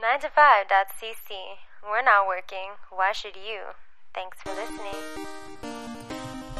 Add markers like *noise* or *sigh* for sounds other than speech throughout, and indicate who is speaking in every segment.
Speaker 1: 9 to 5cc We're not working. Why should you? Thanks for listening.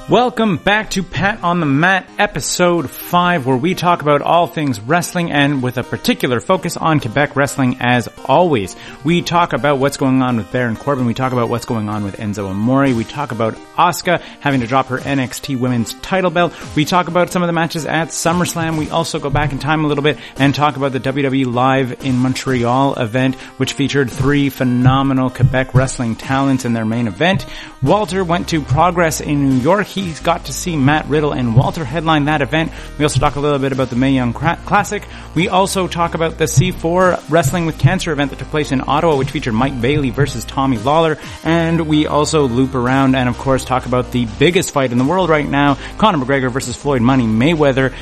Speaker 2: Welcome back to Pat on the Mat, episode 5, where we talk about all things wrestling and with a particular focus on Quebec wrestling as always. We talk about what's going on with Baron Corbin, we talk about what's going on with Enzo Amore, we talk about Asuka having to drop her NXT women's title belt, we talk about some of the matches at SummerSlam, we also go back in time a little bit and talk about the WWE Live in Montreal event, which featured three phenomenal Quebec wrestling talents in their main event. Walter went to Progress in New York. He got to see Matt Riddle and Walter headline that event. We also talk a little bit about the Mae Young Cra- Classic. We also talk about the C4 Wrestling with Cancer event that took place in Ottawa, which featured Mike Bailey versus Tommy Lawler. And we also loop around and, of course, talk about the biggest fight in the world right now, Conor McGregor versus Floyd Money Mayweather.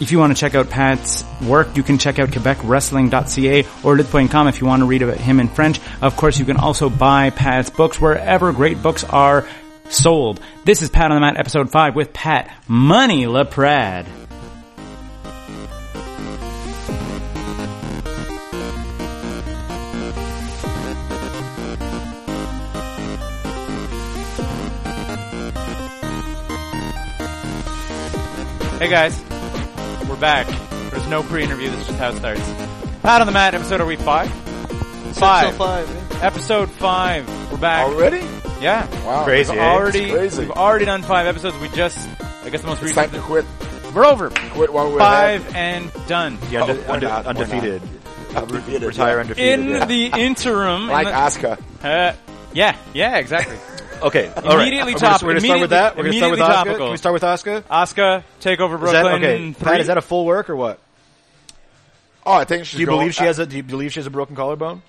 Speaker 2: If you want to check out Pat's work, you can check out quebecwrestling.ca or litpoint.com if you want to read about him in French. Of course, you can also buy Pat's books wherever great books are sold. This is Pat on the Mat, episode 5 with Pat Money LaPrade. Hey guys, we're back. There's no pre-interview, this is just how it starts. Pat on the Mat, episode are we five? Five. Episode five. We're back.
Speaker 3: Already?
Speaker 2: Yeah.
Speaker 3: Wow.
Speaker 4: Crazy,
Speaker 2: We've
Speaker 4: eh?
Speaker 2: already,
Speaker 3: It's crazy.
Speaker 2: we've already done five episodes. We just, I guess the most
Speaker 3: It's time
Speaker 2: recent.
Speaker 3: to quit.
Speaker 2: We're over.
Speaker 3: Quit while we're
Speaker 2: Five and done.
Speaker 4: The
Speaker 3: Oh,
Speaker 4: unde-
Speaker 3: we're
Speaker 4: unde-
Speaker 3: not, we're
Speaker 4: undefeated.
Speaker 3: ahead. *laughs* Undefeated,
Speaker 4: Retire
Speaker 3: yeah.
Speaker 4: undefeated.
Speaker 2: In
Speaker 4: yeah.
Speaker 2: the
Speaker 4: *laughs*
Speaker 2: interim, in
Speaker 3: Like
Speaker 2: the-
Speaker 3: Asuka.
Speaker 2: uh, yeah, yeah, exactly.
Speaker 4: okay, all right.
Speaker 2: Immediately
Speaker 4: We're gonna-
Speaker 2: top-
Speaker 4: We're gonna start with that. We're gonna start with
Speaker 2: immediately
Speaker 4: Oscar.
Speaker 2: topical.
Speaker 4: Can we start with Oscar?
Speaker 2: Asuka take over
Speaker 4: Is that
Speaker 2: Brooklyn.
Speaker 4: okay?
Speaker 2: three.
Speaker 4: Pat, is that a full work or what?
Speaker 3: Oh, I think she's
Speaker 4: Do you
Speaker 3: going-
Speaker 4: believe she
Speaker 3: uh,
Speaker 4: has a? Do you believe she has a broken collarbone?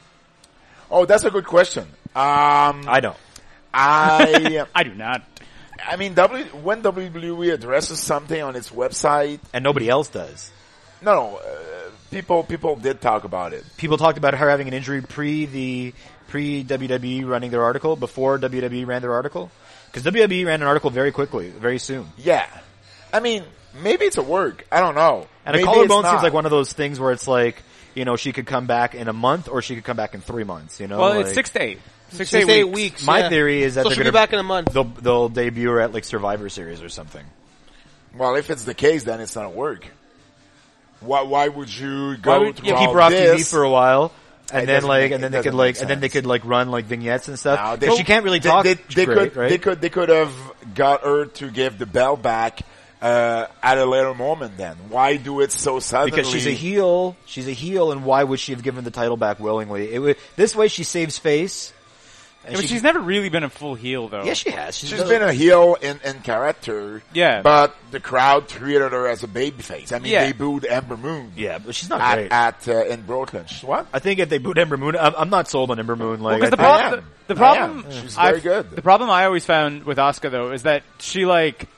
Speaker 3: Oh, that's a good question. Um,
Speaker 4: I don't.
Speaker 3: I, *laughs*
Speaker 2: I do not.
Speaker 3: I mean, w, when WWE addresses something on its website,
Speaker 4: And nobody else does.
Speaker 3: no, no, uh, people, people did talk about it.
Speaker 4: People talked about her having an injury pre the pre WWE running their article before WWE ran their article because WWE E ran an article very quickly, very soon.
Speaker 3: Yeah. I mean, maybe it's a work. I don't know.
Speaker 4: And
Speaker 3: Maybe
Speaker 4: a collarbone
Speaker 3: it's
Speaker 4: seems
Speaker 3: not.
Speaker 4: like one of those things where it's like you know she could come back in a month or she could come back in three months. You know,
Speaker 2: Well,
Speaker 4: Oh, like,
Speaker 2: it's six to eight. Six,
Speaker 5: Six
Speaker 2: to eight weeks.
Speaker 4: My
Speaker 5: yeah.
Speaker 4: theory is that
Speaker 5: so
Speaker 4: they're
Speaker 5: she'll
Speaker 4: gonna-
Speaker 5: be back in a month.
Speaker 4: They'll they'll debut her at like Survivor Series or something.
Speaker 3: Well, if it's the case, then it's not a work. Why, why would you
Speaker 2: Why
Speaker 3: go
Speaker 2: would-
Speaker 3: through
Speaker 2: yeah,
Speaker 3: all
Speaker 4: keep her off
Speaker 3: this?
Speaker 4: TV for a while, and
Speaker 3: It
Speaker 4: then
Speaker 3: doesn't
Speaker 4: like,
Speaker 3: make-
Speaker 4: and then
Speaker 3: it
Speaker 4: they could
Speaker 3: doesn't
Speaker 4: like,
Speaker 3: make
Speaker 4: and then they
Speaker 3: sense.
Speaker 4: could like run like vignettes and
Speaker 3: No, *laughs*
Speaker 4: stuff.
Speaker 3: they-
Speaker 4: But she can't really
Speaker 3: they-
Speaker 4: talk.
Speaker 3: They, they
Speaker 4: great,
Speaker 3: could,
Speaker 4: right?
Speaker 3: they could, they could have got her to give the bell back uh, at a later moment. Then why do it so suddenly?
Speaker 4: because she's a heel. She's a heel, and why would she have given the title back willingly? It would, this way, she saves face. And
Speaker 2: Yeah, but
Speaker 4: she-
Speaker 2: she's never really been a full heel though.
Speaker 4: yeah, she has. She's,
Speaker 3: She's been a heel in, in character,
Speaker 2: Yeah.
Speaker 3: But the crowd treated her as a babyface. I mean,
Speaker 2: Yeah.
Speaker 3: they booed Ember Moon,
Speaker 4: yeah, but she's not
Speaker 3: at,
Speaker 4: great.
Speaker 3: at uh, in Brooklyn. She's what?
Speaker 4: I think if they boot Ember Moon, I'm, I'm not sold on Ember Moon. Like,
Speaker 2: Because the,
Speaker 4: I think-
Speaker 3: I
Speaker 2: prob-
Speaker 3: am.
Speaker 2: the, the problem,
Speaker 3: I am. She's very
Speaker 2: I've-
Speaker 3: good.
Speaker 2: The problem I always found with Oscar though is that she like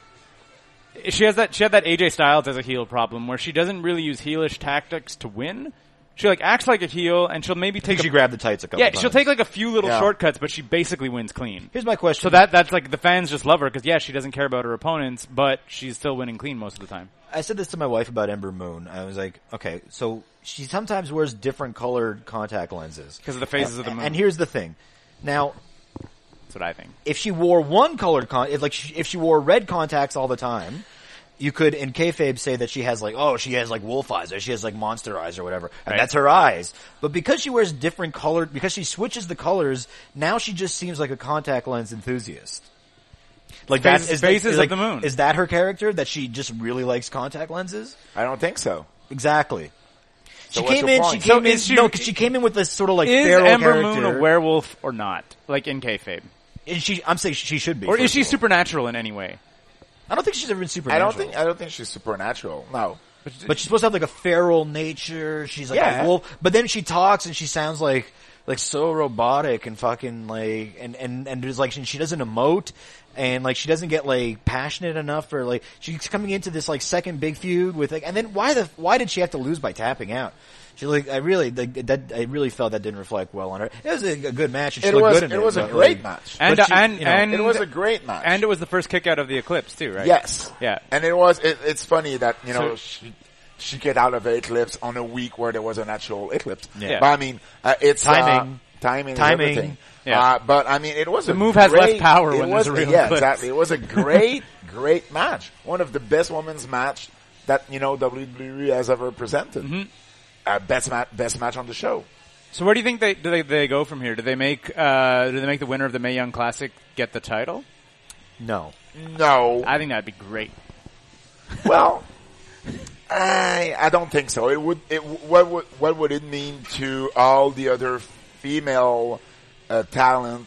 Speaker 2: she has that she had that AJ Styles as a heel problem where she doesn't really use heelish tactics to win. She like acts like a heel and she'll maybe
Speaker 4: I
Speaker 2: take
Speaker 4: think
Speaker 2: a,
Speaker 4: she grabbed the tights a couple.
Speaker 2: yeah
Speaker 4: times.
Speaker 2: she'll take like a few little
Speaker 3: Yeah.
Speaker 2: shortcuts, but she basically wins clean.
Speaker 4: Here's my question.
Speaker 2: So that that's like the fans just love her because yeah she doesn't care about her opponents, but she's still winning clean most of the time.
Speaker 4: I said this to my wife about Ember Moon. I was like, okay, so she sometimes wears different colored contact lenses
Speaker 2: 'Cause of the phases
Speaker 4: And-
Speaker 2: of the moon.
Speaker 4: And here's the thing. Now,
Speaker 2: That's what I think.
Speaker 4: if she wore one colored con, if like she, if she wore red contacts all the time, you could in kayfabe say that she has like oh she has like wolf eyes or she has like monster eyes or whatever, and
Speaker 2: Right.
Speaker 4: that's her eyes. But because she wears different colored, because she switches the colors, now she just seems like a contact lens enthusiast. Like that
Speaker 2: Phases-
Speaker 4: is
Speaker 2: phases
Speaker 4: is
Speaker 2: of
Speaker 4: like,
Speaker 2: the moon.
Speaker 4: Is that her character? That she just really likes contact lenses?
Speaker 3: I don't think so.
Speaker 4: Exactly. she
Speaker 3: what's
Speaker 4: came
Speaker 3: your
Speaker 4: in. She
Speaker 3: point?
Speaker 2: So
Speaker 4: came in.
Speaker 2: is she-
Speaker 4: no, 'cause she came in with this sort of like
Speaker 2: Is
Speaker 4: feral
Speaker 2: Ember
Speaker 4: character.
Speaker 2: Moon a werewolf or not? Like in kayfabe,
Speaker 4: And she, I'm saying she should be.
Speaker 2: or is
Speaker 4: first
Speaker 2: she
Speaker 4: of all.
Speaker 2: supernatural in any way?
Speaker 4: I don't think she's ever been
Speaker 3: I
Speaker 4: supernatural.
Speaker 3: don't think. I don't think she's supernatural. No.
Speaker 4: But she's supposed to have like a feral nature. She's like
Speaker 3: Yeah.
Speaker 4: a wolf. But then she talks and she sounds like like so robotic and fucking like and and and there's like and she doesn't emote and like she doesn't get like passionate enough or like she's coming into this like second big feud with like and then why the why did she have to lose by tapping out? She like I really like, that I really felt that didn't reflect well on her. It was a, a good match. And she
Speaker 3: It
Speaker 4: looked
Speaker 3: was.
Speaker 4: good in
Speaker 3: It was a
Speaker 4: but,
Speaker 3: great
Speaker 4: like,
Speaker 3: match.
Speaker 2: And
Speaker 4: But she-
Speaker 2: and
Speaker 4: you know,
Speaker 2: and
Speaker 3: It was a great match.
Speaker 2: And it was the first kick out of the eclipse too, right?
Speaker 3: Yes.
Speaker 2: Yeah.
Speaker 3: And it was, it, it's funny that, you
Speaker 2: So-
Speaker 3: know, she, she get out of an eclipse on a week where there was a natural eclipse.
Speaker 4: Yeah.
Speaker 3: But I mean, uh, it's
Speaker 4: Timing.
Speaker 3: uh, timing, is
Speaker 4: Timing.
Speaker 3: everything.
Speaker 2: Yeah.
Speaker 3: Uh, but I mean, it was a
Speaker 2: move has less
Speaker 3: great-
Speaker 2: power
Speaker 3: it
Speaker 2: when
Speaker 3: was,
Speaker 2: there's a real
Speaker 3: Yeah,
Speaker 2: eclipse.
Speaker 3: exactly. It was a great, *laughs* great match. One of the best women's match that you know WWE has ever presented.
Speaker 2: Mm-hmm.
Speaker 3: Uh, best match, best match on the show.
Speaker 2: So where do you think they do they, they go from here? Do they make uh, do they make the winner of the May Young Classic get the title?
Speaker 4: No.
Speaker 3: No,
Speaker 2: I think that'd be great.
Speaker 3: Well, I, I don't think so. It would. It, what would what would it mean to all the other female uh, talent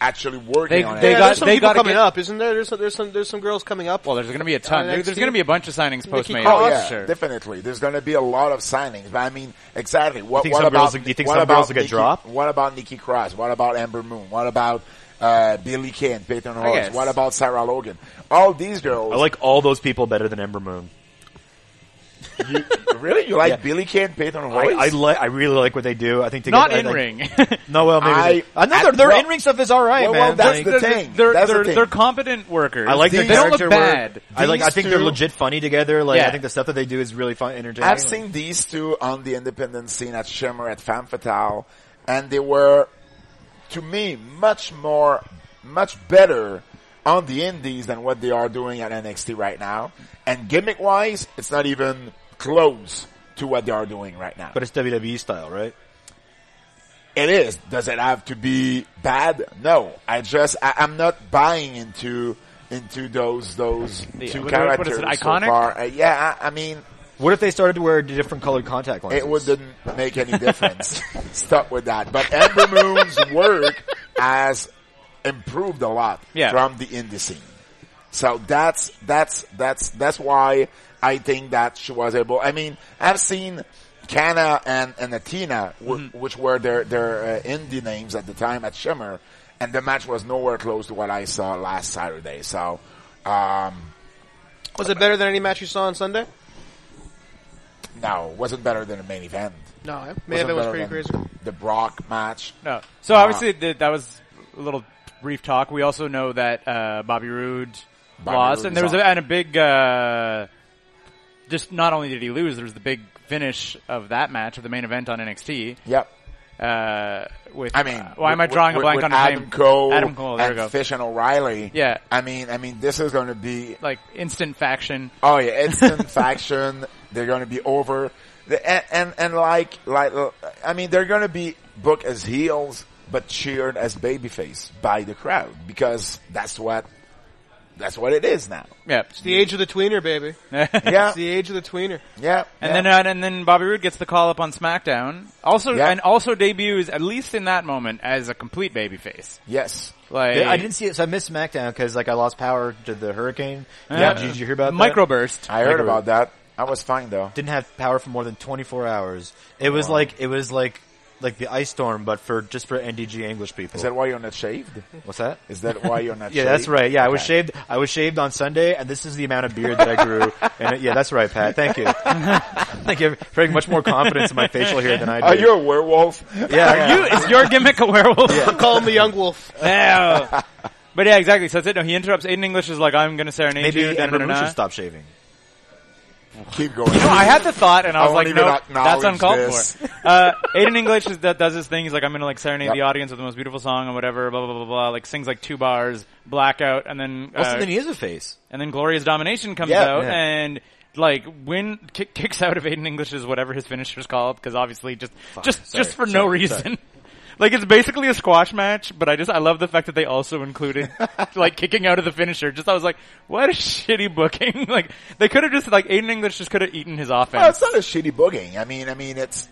Speaker 3: actually working
Speaker 2: They-
Speaker 3: on
Speaker 2: they
Speaker 3: it?
Speaker 5: yeah,
Speaker 2: got-
Speaker 5: there's some
Speaker 2: they
Speaker 5: people
Speaker 2: gotta
Speaker 5: coming
Speaker 2: get-
Speaker 5: up, isn't there? There's some, there's some there's some girls coming up.
Speaker 2: Well, there's going to be a ton.
Speaker 5: Uh,
Speaker 2: There-
Speaker 5: next
Speaker 2: there's
Speaker 5: year?
Speaker 2: going to be a bunch of signings post May.
Speaker 5: Cross.
Speaker 3: Oh
Speaker 2: Young,
Speaker 3: yeah,
Speaker 2: sure.
Speaker 3: definitely. There's going to be a lot of signings, but I mean, exactly. What,
Speaker 4: think
Speaker 3: what
Speaker 4: some
Speaker 3: about?
Speaker 4: girls- do you think
Speaker 3: what
Speaker 4: some
Speaker 3: about
Speaker 4: girls will get
Speaker 3: Nikki-
Speaker 4: dropped?
Speaker 3: What about Nikki Cross? What about Amber Moon? What about uh, Billy Kay and Peyton Royce?
Speaker 2: guess.
Speaker 3: What about Sarah Logan? All these girls.
Speaker 4: I like all those people better than Ember Moon.
Speaker 3: *laughs* really, you like
Speaker 4: Yeah.
Speaker 3: Billy Kay and Peyton
Speaker 4: I,
Speaker 3: Royce?
Speaker 4: I, li- I really like what they do. I think they
Speaker 2: Not
Speaker 4: get, I-
Speaker 2: in
Speaker 4: I-
Speaker 2: ring.
Speaker 4: No, well, maybe.
Speaker 3: I-
Speaker 4: they, I know
Speaker 3: I-
Speaker 4: their, their
Speaker 3: well-
Speaker 4: in ring stuff is all right,
Speaker 3: Well, well,
Speaker 4: man.
Speaker 3: that's
Speaker 4: Like,
Speaker 3: the
Speaker 2: they're,
Speaker 3: thing.
Speaker 2: *laughs* They're,
Speaker 3: That's the
Speaker 2: they're,
Speaker 3: thing.
Speaker 2: they're competent workers.
Speaker 4: I like their
Speaker 3: These-
Speaker 2: they don't look
Speaker 4: character work.
Speaker 2: bad.
Speaker 4: I like. I
Speaker 3: These
Speaker 4: think they're
Speaker 3: two-
Speaker 4: legit funny together. Like
Speaker 2: Yeah.
Speaker 4: I think the stuff that they do is really fun, entertaining.
Speaker 3: I've seen these two on the independent scene at Shimmer at Femme Fatale, and they were, to me, much more, much better on the indies than what they are doing at NXT right now. And gimmick wise, it's not even close to what they are doing right now.
Speaker 4: but it's WWE style, right?
Speaker 3: It is. Does it have to be bad? No. I just I, I'm not buying into into those those
Speaker 2: Yeah,
Speaker 3: two
Speaker 2: what- what- what
Speaker 3: characters
Speaker 2: is it,
Speaker 3: so
Speaker 2: iconic?
Speaker 3: far. Uh, yeah, I, I mean,
Speaker 4: What if they started to wear different colored contact lenses?
Speaker 3: it would not make any difference. *laughs* Stop with that. But Amber Moon's work has improved a lot
Speaker 2: Yeah.
Speaker 3: from the indie scene. So that's that's that's that's why I think that she was able. I mean, I've seen Kana and and Athena, wh- which were their their uh, indie names at the time at Shimmer, and the match was nowhere close to what I saw last Saturday. So. Um,
Speaker 5: Was it better than any match you saw on Sunday?
Speaker 3: no, wasn't better than a main event.
Speaker 5: No, eh? main event was
Speaker 3: Wasn't
Speaker 5: pretty
Speaker 3: better
Speaker 5: crazy.
Speaker 3: than The Brock match.
Speaker 2: No. So
Speaker 3: Uh,
Speaker 2: obviously th- that was a little brief talk. We also know that uh, Bobby Roode
Speaker 3: Bobby
Speaker 2: lost,
Speaker 3: Roode
Speaker 2: and there was a,
Speaker 3: lost.
Speaker 2: and a big. Uh, just not only did he lose, there was the big finish of that match of the main event on NXT.
Speaker 3: Yep.
Speaker 2: Uh, with
Speaker 3: I mean,
Speaker 2: uh, why am I
Speaker 3: with-
Speaker 2: drawing
Speaker 3: with-
Speaker 2: a blank
Speaker 3: with
Speaker 2: on his
Speaker 3: Adam
Speaker 2: name?
Speaker 3: Cole?
Speaker 2: Adam Cole. There
Speaker 3: and
Speaker 2: we go.
Speaker 3: Fish and O'Reilly.
Speaker 2: Yeah.
Speaker 3: I mean, I mean, this is going to be
Speaker 2: Like instant faction.
Speaker 3: oh
Speaker 2: *laughs*
Speaker 3: yeah, instant faction. They're going to be over. The, and, and and like like I mean, they're going to be booked as heels but cheered as babyface by the crowd because that's what that's what it
Speaker 2: *laughs*
Speaker 3: is now.
Speaker 2: Yeah.
Speaker 5: It's the age of the tweener, baby.
Speaker 3: Yeah.
Speaker 5: It's the age of the tweener.
Speaker 3: Yeah.
Speaker 2: And then uh, and then Bobby Roode gets the call up on SmackDown. Also
Speaker 3: Yeah.
Speaker 2: and also debuts at least in that moment as a complete babyface.
Speaker 3: yes.
Speaker 2: Like
Speaker 4: I didn't see it, so I missed SmackDown because like I lost power to the hurricane.
Speaker 2: Yeah.
Speaker 4: Did, you, did you hear about that?
Speaker 2: uh, microburst.
Speaker 3: I heard
Speaker 4: Like a-
Speaker 3: about that. I was fine though.
Speaker 4: Didn't have power for more than 24 hours. It was like it was like like the ice storm, but for just for NDG English people.
Speaker 3: Is that why you're not shaved?
Speaker 4: What's that?
Speaker 3: Is that why you're not?
Speaker 2: *laughs*
Speaker 4: Yeah,
Speaker 3: shaved?
Speaker 4: that's right. Yeah, I was
Speaker 3: Okay.
Speaker 4: shaved. I was shaved on Sunday, and this is the amount of beard that
Speaker 3: *laughs*
Speaker 4: I grew. and it, yeah, that's right, Pat. Thank you. Thank you for having much more confidence in my facial hair than I do.
Speaker 3: Are you a werewolf?
Speaker 4: yeah,
Speaker 2: Are you? Is your gimmick a werewolf? *laughs*
Speaker 5: Call him the young wolf.
Speaker 2: Yeah. but yeah, exactly. So that's it. No, he interrupts. Aiden English is like, "I'm going to serenade
Speaker 4: *laughs* Maybe
Speaker 2: you." da, da, da,
Speaker 4: Ember Moon
Speaker 2: da.
Speaker 4: should stop shaving.
Speaker 3: Keep going.
Speaker 2: No, I had the thought, and I
Speaker 3: I
Speaker 2: was
Speaker 3: won't
Speaker 2: like,
Speaker 3: even
Speaker 2: "No,
Speaker 3: acknowledge
Speaker 2: that's uncalled
Speaker 3: this.
Speaker 2: for." *laughs* Uh, Aiden English is, that does this thing. He's like, "I'm going to like serenade
Speaker 3: Yep.
Speaker 2: the audience with the most beautiful song or whatever." Blah blah blah blah. Like sings like two bars, blackout, and then uh,
Speaker 4: Also, then he is a face.
Speaker 2: and then Gloria's domination comes
Speaker 3: Yeah,
Speaker 2: out
Speaker 4: yeah.
Speaker 2: and. Like win kick, kicks out of Aiden English's whatever his finisher's called because obviously just just
Speaker 4: sorry,
Speaker 2: just for no
Speaker 4: sorry,
Speaker 2: reason, *laughs* like it's basically a squash match. But I just I love the fact that they also included like kicking out of the finisher. Just I was like, what a *laughs* shitty booking. *laughs* like they could have just like Aiden English just could have eaten his
Speaker 3: Well, it's
Speaker 2: offense.
Speaker 3: not a shitty booking. I mean, I mean, it's,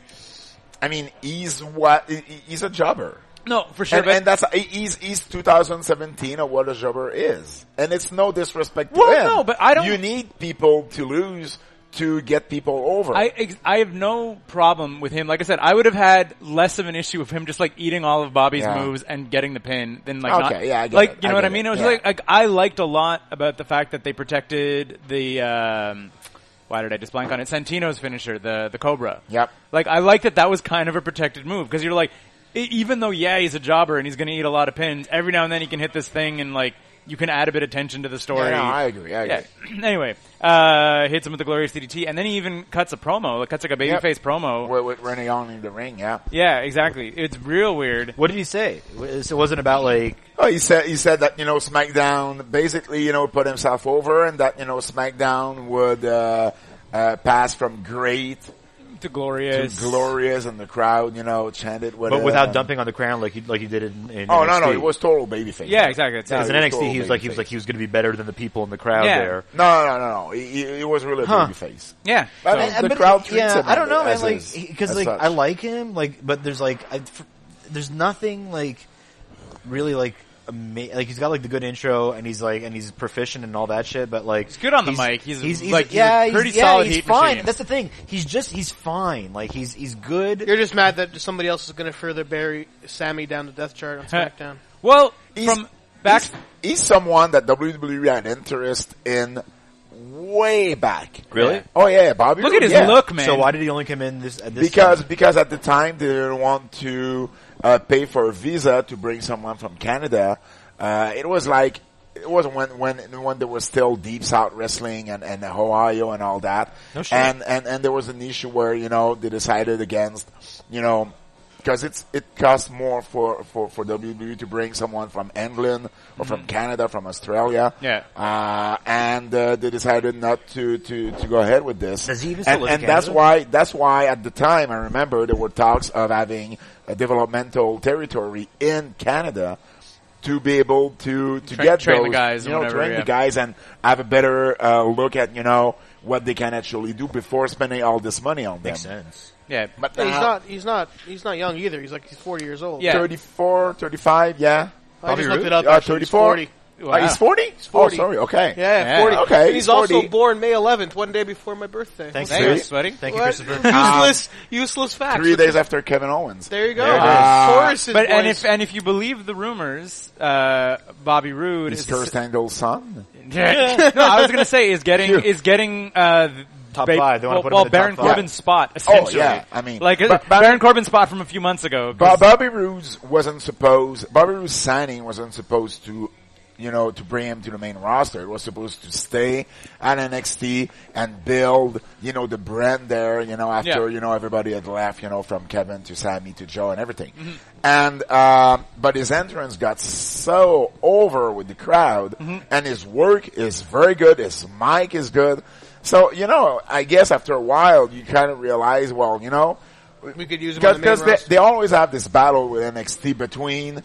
Speaker 3: I mean, he's what, he- he's a jobber.
Speaker 2: no, for sure.
Speaker 3: And,
Speaker 2: but
Speaker 3: and that's, he's, he's 2017 of what a jobber is. And it's no disrespect to
Speaker 2: Well,
Speaker 3: him.
Speaker 2: no, but I don't-
Speaker 3: You need people to lose to get people over.
Speaker 2: I ex- I have no problem with him. Like I said, I would have had less of an issue of him just like eating all of Bobby's
Speaker 3: Yeah.
Speaker 2: moves and getting the pin than like
Speaker 3: Okay,
Speaker 2: not,
Speaker 3: yeah, I get
Speaker 2: like
Speaker 3: it.
Speaker 2: you know
Speaker 3: I
Speaker 2: what
Speaker 3: get
Speaker 2: I mean.
Speaker 3: it.
Speaker 2: It was
Speaker 3: Yeah.
Speaker 2: like, like I liked a lot about the fact that they protected the. Um, why did I just blank on it? Santino's finisher, the the Cobra.
Speaker 3: Yep.
Speaker 2: Like I like that that was kind of a protected move because you're like, e- even though yeah he's a jobber and he's going to eat a lot of pins, every now and then he can hit this thing and like you can add a bit of tension to the story.
Speaker 3: Yeah, no, I agree, I agree.
Speaker 2: Yeah. *laughs* anyway, uh, hits him with the glorious DDT, and then he even cuts a promo. Like, cuts like a babyface
Speaker 3: Yep.
Speaker 2: face promo.
Speaker 3: With, with Renee on in the ring, yeah.
Speaker 2: yeah, exactly. It's real weird.
Speaker 4: What did he say? It wasn't about like
Speaker 3: Oh, he said he said that you know SmackDown basically you know put himself over and that you know SmackDown would uh, uh, pass from great
Speaker 2: To
Speaker 3: to
Speaker 2: glorious.
Speaker 3: glorious and the crowd you know chanted whatever.
Speaker 4: but without
Speaker 3: and-
Speaker 4: dumping on the crown like he like he did in, in
Speaker 3: uh, Oh
Speaker 4: NXT.
Speaker 3: no no, it was total babyface.
Speaker 2: Yeah, exactly. It's,
Speaker 3: Yeah,
Speaker 4: Because in
Speaker 3: it was
Speaker 4: NXT he
Speaker 3: total
Speaker 4: was like he was
Speaker 3: babyface.
Speaker 4: like he was going to be better than the people in the crowd
Speaker 2: Yeah.
Speaker 4: there.
Speaker 3: No no no no, he, he, he was really a
Speaker 4: Huh.
Speaker 3: babyface.
Speaker 2: yeah.
Speaker 3: But-
Speaker 2: So-
Speaker 3: And- the crowd treats
Speaker 4: yeah,
Speaker 3: him
Speaker 4: I don't know, man.
Speaker 3: as
Speaker 4: Like,
Speaker 3: is,
Speaker 4: because
Speaker 3: as
Speaker 4: like
Speaker 3: such.
Speaker 4: I like him, like, but there's like, I, f- there's nothing like really like ama- like he's got like the good intro and he's like and he's proficient and all that shit. But like, he's
Speaker 2: good on the mic. He's a- like, he's a pretty
Speaker 4: yeah,
Speaker 2: solid
Speaker 4: he's
Speaker 2: heat
Speaker 4: fine.
Speaker 2: machine.
Speaker 4: That's the thing. He's just he's fine. Like he's he's good.
Speaker 5: You're just mad that somebody else is going to further bury Sammy down the
Speaker 2: *laughs*
Speaker 5: death chart on SmackDown.
Speaker 2: well,
Speaker 3: He's-
Speaker 2: from back.
Speaker 3: he's, he's someone that WWE had interest in way back.
Speaker 4: Really?
Speaker 3: Yeah. Oh yeah, Bobby.
Speaker 2: Look
Speaker 3: Roode,
Speaker 2: at his
Speaker 3: yeah.
Speaker 2: look, man.
Speaker 4: So why did he only come in this? At this
Speaker 3: Because
Speaker 4: time?
Speaker 3: because at the time they didn't want to uh, pay for a visa to bring someone from Canada. Uh, it was like it was when when when there was still deep south wrestling and and Ohio and all that.
Speaker 4: No shit.
Speaker 3: and and and there was an issue where you know they decided against you know. Because it's it costs more for, for, for WWE to bring someone from England or
Speaker 4: Mm-hmm.
Speaker 3: from Canada, from Australia,
Speaker 2: Yeah.
Speaker 3: Uh, and uh, they decided not to, to, to go ahead with this.
Speaker 4: Does he even still
Speaker 3: and,
Speaker 4: live in
Speaker 3: and that's
Speaker 4: Canada?
Speaker 3: why why that's why at the time I remember there were talks of having a developmental territory in Canada to be able to to
Speaker 2: Tra-
Speaker 3: get
Speaker 2: train the
Speaker 3: those,
Speaker 2: guys or
Speaker 3: you know,
Speaker 2: whatever,
Speaker 3: train
Speaker 2: yeah.
Speaker 3: the guys and have a better uh, look at you know what they can actually do before spending all this money on them.
Speaker 4: makes sense.
Speaker 2: Yeah.
Speaker 3: But uh,
Speaker 5: Hey, he's
Speaker 3: now,
Speaker 5: not. He's not. He's not young either. He's like he's 40 years old.
Speaker 2: Uh, Yeah.
Speaker 3: 34, 35, yeah.
Speaker 5: I
Speaker 2: Bobby
Speaker 5: just looked
Speaker 2: Roode?
Speaker 5: it up.
Speaker 3: Uh,
Speaker 5: actually, he's
Speaker 3: 34?
Speaker 5: 40.
Speaker 3: Oh, he's 40? Oh,
Speaker 5: 40.
Speaker 3: sorry. Okay.
Speaker 5: Yeah,
Speaker 2: Yeah.
Speaker 5: 40.
Speaker 3: Okay,
Speaker 5: And he's
Speaker 3: he's
Speaker 5: also
Speaker 3: 40.
Speaker 5: born May 11th, one day before my birthday.
Speaker 4: Thanks,
Speaker 2: There
Speaker 4: Chris.
Speaker 2: you go, buddy.
Speaker 4: Thank you,
Speaker 5: What?
Speaker 3: *laughs*
Speaker 4: Christopher.
Speaker 5: useless, useless facts.
Speaker 3: Three
Speaker 5: Look
Speaker 3: days
Speaker 5: at-
Speaker 3: after Kevin Owens.
Speaker 5: There you go.
Speaker 4: There it is.
Speaker 5: Taurus's
Speaker 2: But and
Speaker 5: boys.
Speaker 2: if and if you believe the rumors, uh, Bobby Roode
Speaker 3: He's
Speaker 2: is
Speaker 3: Kurt Angle's son.
Speaker 2: Yeah. *laughs* no, I was gonna say is getting
Speaker 3: Phew.
Speaker 2: is getting uh, th-
Speaker 4: Top
Speaker 2: ba-
Speaker 4: five. They wanna
Speaker 2: well, well,
Speaker 4: put him in the top
Speaker 2: Baron
Speaker 4: five.
Speaker 2: Corbin's spot
Speaker 3: Oh,
Speaker 2: essentially.
Speaker 3: yeah. I mean,
Speaker 2: like uh,
Speaker 3: but- but-
Speaker 2: Baron Corbin's spot from a few months ago. 'cause-
Speaker 3: Bob, Bobby Roode wasn't supposed. Bobby Roode's signing wasn't supposed to, you know, to bring him to the main roster. It was supposed to stay at NXT and build, you know, the brand there. You know, after
Speaker 2: Yeah.
Speaker 3: you know everybody had left, you know, from Kevin to Sammy to Joe and everything. And um, but his entrance got so over with the crowd, and his work is very good. His mic is good. So you know, I guess after a while, you kind of realize, well, you know.
Speaker 5: we could use him on the main
Speaker 3: Because they,
Speaker 5: roster.
Speaker 3: they always have this battle with NXT between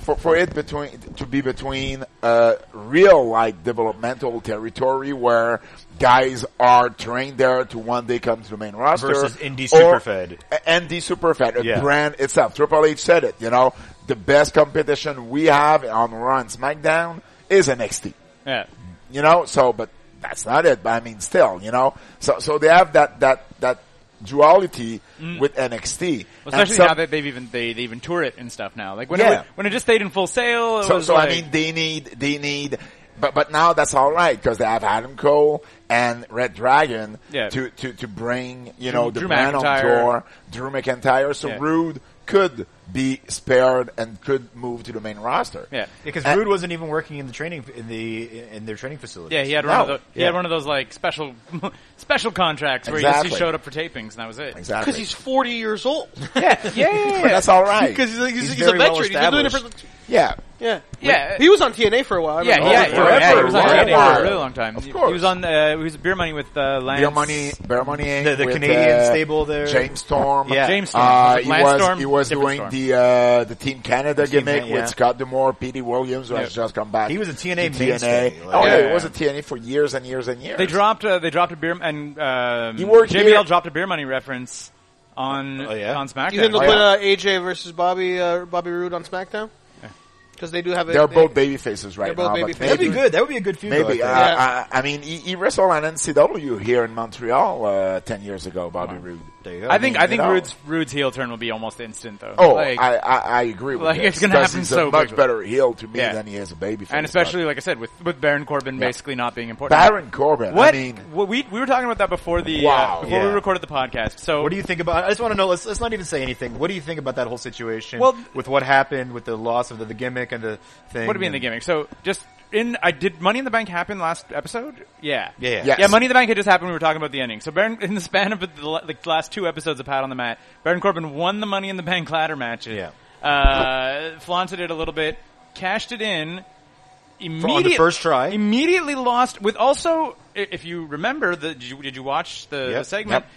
Speaker 3: for, for it between to be between uh, real like developmental territory where guys are trained there to one day come to the main roster
Speaker 4: Versus indie
Speaker 3: or-
Speaker 4: superfed.
Speaker 3: a- indie superfed a
Speaker 4: Yeah.
Speaker 3: brand itself. Triple H said it. You know the best competition we have on Raw and SmackDown is NXT
Speaker 2: yeah.
Speaker 3: you know. So, but that's not it. But I mean, still, you know. So, so they have that that that duality with NXT,
Speaker 2: Well,
Speaker 3: And
Speaker 2: Mm. especially
Speaker 3: some-
Speaker 2: now that they've even they, they even tour it and stuff now. Like when it
Speaker 3: Yeah.
Speaker 2: wa- when it just stayed in full sale. It
Speaker 3: So,
Speaker 2: was
Speaker 3: so
Speaker 2: like,
Speaker 3: I mean, they need they need, but but now that's all right because they have Adam Cole and Red Dragon
Speaker 2: Yeah.
Speaker 3: to to to bring you know the
Speaker 2: Drew
Speaker 3: brand
Speaker 2: McIntyre.
Speaker 3: on tour, Drew McIntyre. So
Speaker 2: Yeah.
Speaker 3: Rude could be spared and could move to the main roster.
Speaker 2: yeah,
Speaker 4: Because
Speaker 3: Uh,
Speaker 4: Rude wasn't even working in the training in the in their training facility.
Speaker 2: yeah, he had one of
Speaker 3: No.
Speaker 2: those, he
Speaker 4: Yeah.
Speaker 2: had one of those like special *laughs* special contracts where he just
Speaker 3: Exactly.
Speaker 2: he showed up for tapings and that was it.
Speaker 3: Exactly.
Speaker 5: because he's 40 years old.
Speaker 2: *laughs*
Speaker 3: yeah, that's all right.
Speaker 5: Because he's, like- he's,
Speaker 4: He's
Speaker 5: he's, a
Speaker 4: very well
Speaker 5: veteran. he's been doing it for
Speaker 3: yeah,
Speaker 5: yeah,
Speaker 2: Yeah.
Speaker 5: He was on TNA for a while. I
Speaker 2: Yeah,
Speaker 5: remember.
Speaker 2: yeah,
Speaker 3: Oh,
Speaker 2: yeah, yeah, he was on
Speaker 3: forever.
Speaker 2: TNA for a really long time.
Speaker 3: Of
Speaker 2: He-
Speaker 3: course.
Speaker 2: he was on. Uh, he was beer money with uh, Lance.
Speaker 3: Bear Money, Bear Money, Inc.
Speaker 4: The- the
Speaker 3: with,
Speaker 4: Canadian
Speaker 3: uh,
Speaker 4: stable there.
Speaker 3: James Storm.
Speaker 4: Yeah.
Speaker 2: James *laughs* Storm.
Speaker 3: Uh, he
Speaker 2: Lance
Speaker 3: was
Speaker 2: Storm,
Speaker 3: he was
Speaker 2: different
Speaker 3: doing
Speaker 2: Storm.
Speaker 3: the uh, the Team Canada
Speaker 4: Team
Speaker 3: gimmick
Speaker 4: Can- yeah.
Speaker 3: with Scott Demore, Petey Williams, who has
Speaker 2: Yeah.
Speaker 3: just come back.
Speaker 4: He was a TNA
Speaker 3: to
Speaker 4: mainstay,
Speaker 3: TNA.
Speaker 4: like-
Speaker 3: oh yeah,
Speaker 2: Yeah.
Speaker 3: he was a TNA for years and years and years.
Speaker 2: They dropped. Uh, they dropped a beer and um,
Speaker 3: You work
Speaker 2: JBL
Speaker 3: here-
Speaker 2: dropped a beer money reference on
Speaker 4: Oh, yeah?
Speaker 2: on SmackDown.
Speaker 5: You think they'll
Speaker 3: Oh,
Speaker 5: put
Speaker 3: yeah.
Speaker 5: uh, AJ versus Bobby uh, Bobby Roode on SmackDown? Because they do have. A,
Speaker 3: They're
Speaker 5: they-
Speaker 3: both baby faces right
Speaker 5: They're both
Speaker 3: now.
Speaker 5: baby
Speaker 3: but
Speaker 5: faces.
Speaker 4: That'd
Speaker 3: maybe,
Speaker 4: be good. That would be a good feud. though, I
Speaker 3: maybe.
Speaker 4: think.
Speaker 3: Uh,
Speaker 5: Yeah.
Speaker 3: I, I mean, he, he wrestled on NCW here in Montreal uh, ten years ago. Bobby Roode.
Speaker 4: There you go.
Speaker 2: I think. I
Speaker 3: you
Speaker 2: think
Speaker 3: know.
Speaker 2: Rude's Rude's heel turn will be almost instant though.
Speaker 3: Oh,
Speaker 2: Like-
Speaker 3: I, I I agree with
Speaker 2: like,
Speaker 3: this,
Speaker 2: it's gonna
Speaker 3: 'cause
Speaker 2: happen
Speaker 3: he's
Speaker 2: so
Speaker 3: a much
Speaker 2: quickly.
Speaker 3: better heel to me
Speaker 2: Yeah.
Speaker 3: than he is a baby face.
Speaker 2: and especially like I said with with Baron Corbin
Speaker 3: Yeah.
Speaker 2: basically not being important.
Speaker 3: Baron Corbin.
Speaker 2: What?
Speaker 3: I mean,
Speaker 2: Well, we we were talking about that before the uh,
Speaker 3: Wow.
Speaker 2: before we
Speaker 4: Yeah.
Speaker 2: recorded the podcast. So
Speaker 4: What do you think about? I just want to know. Let's let's not even say anything. What do you think about that whole situation?
Speaker 2: Well-
Speaker 4: with what happened with the loss of the, the gimmick, kind of thing.
Speaker 2: What would be in the
Speaker 4: and-
Speaker 2: gimmick? So just in, I did Money in the Bank happen last episode? Yeah,
Speaker 4: Yeah, yeah.
Speaker 3: Yes.
Speaker 2: yeah. Money in the Bank had just happened. We were talking about the ending. So Baron, *laughs* in the span of the, the last two episodes of Pat on the Mat, Baron Corbin won the Money in the Bank ladder matches.
Speaker 4: Yeah.
Speaker 2: uh, flaunted it a little bit, cashed it in. Immediate,
Speaker 4: first try.
Speaker 2: immediately lost with also, i- if you remember, the, did, you, did you watch the, the
Speaker 4: Yep.
Speaker 2: segment?
Speaker 4: Yep.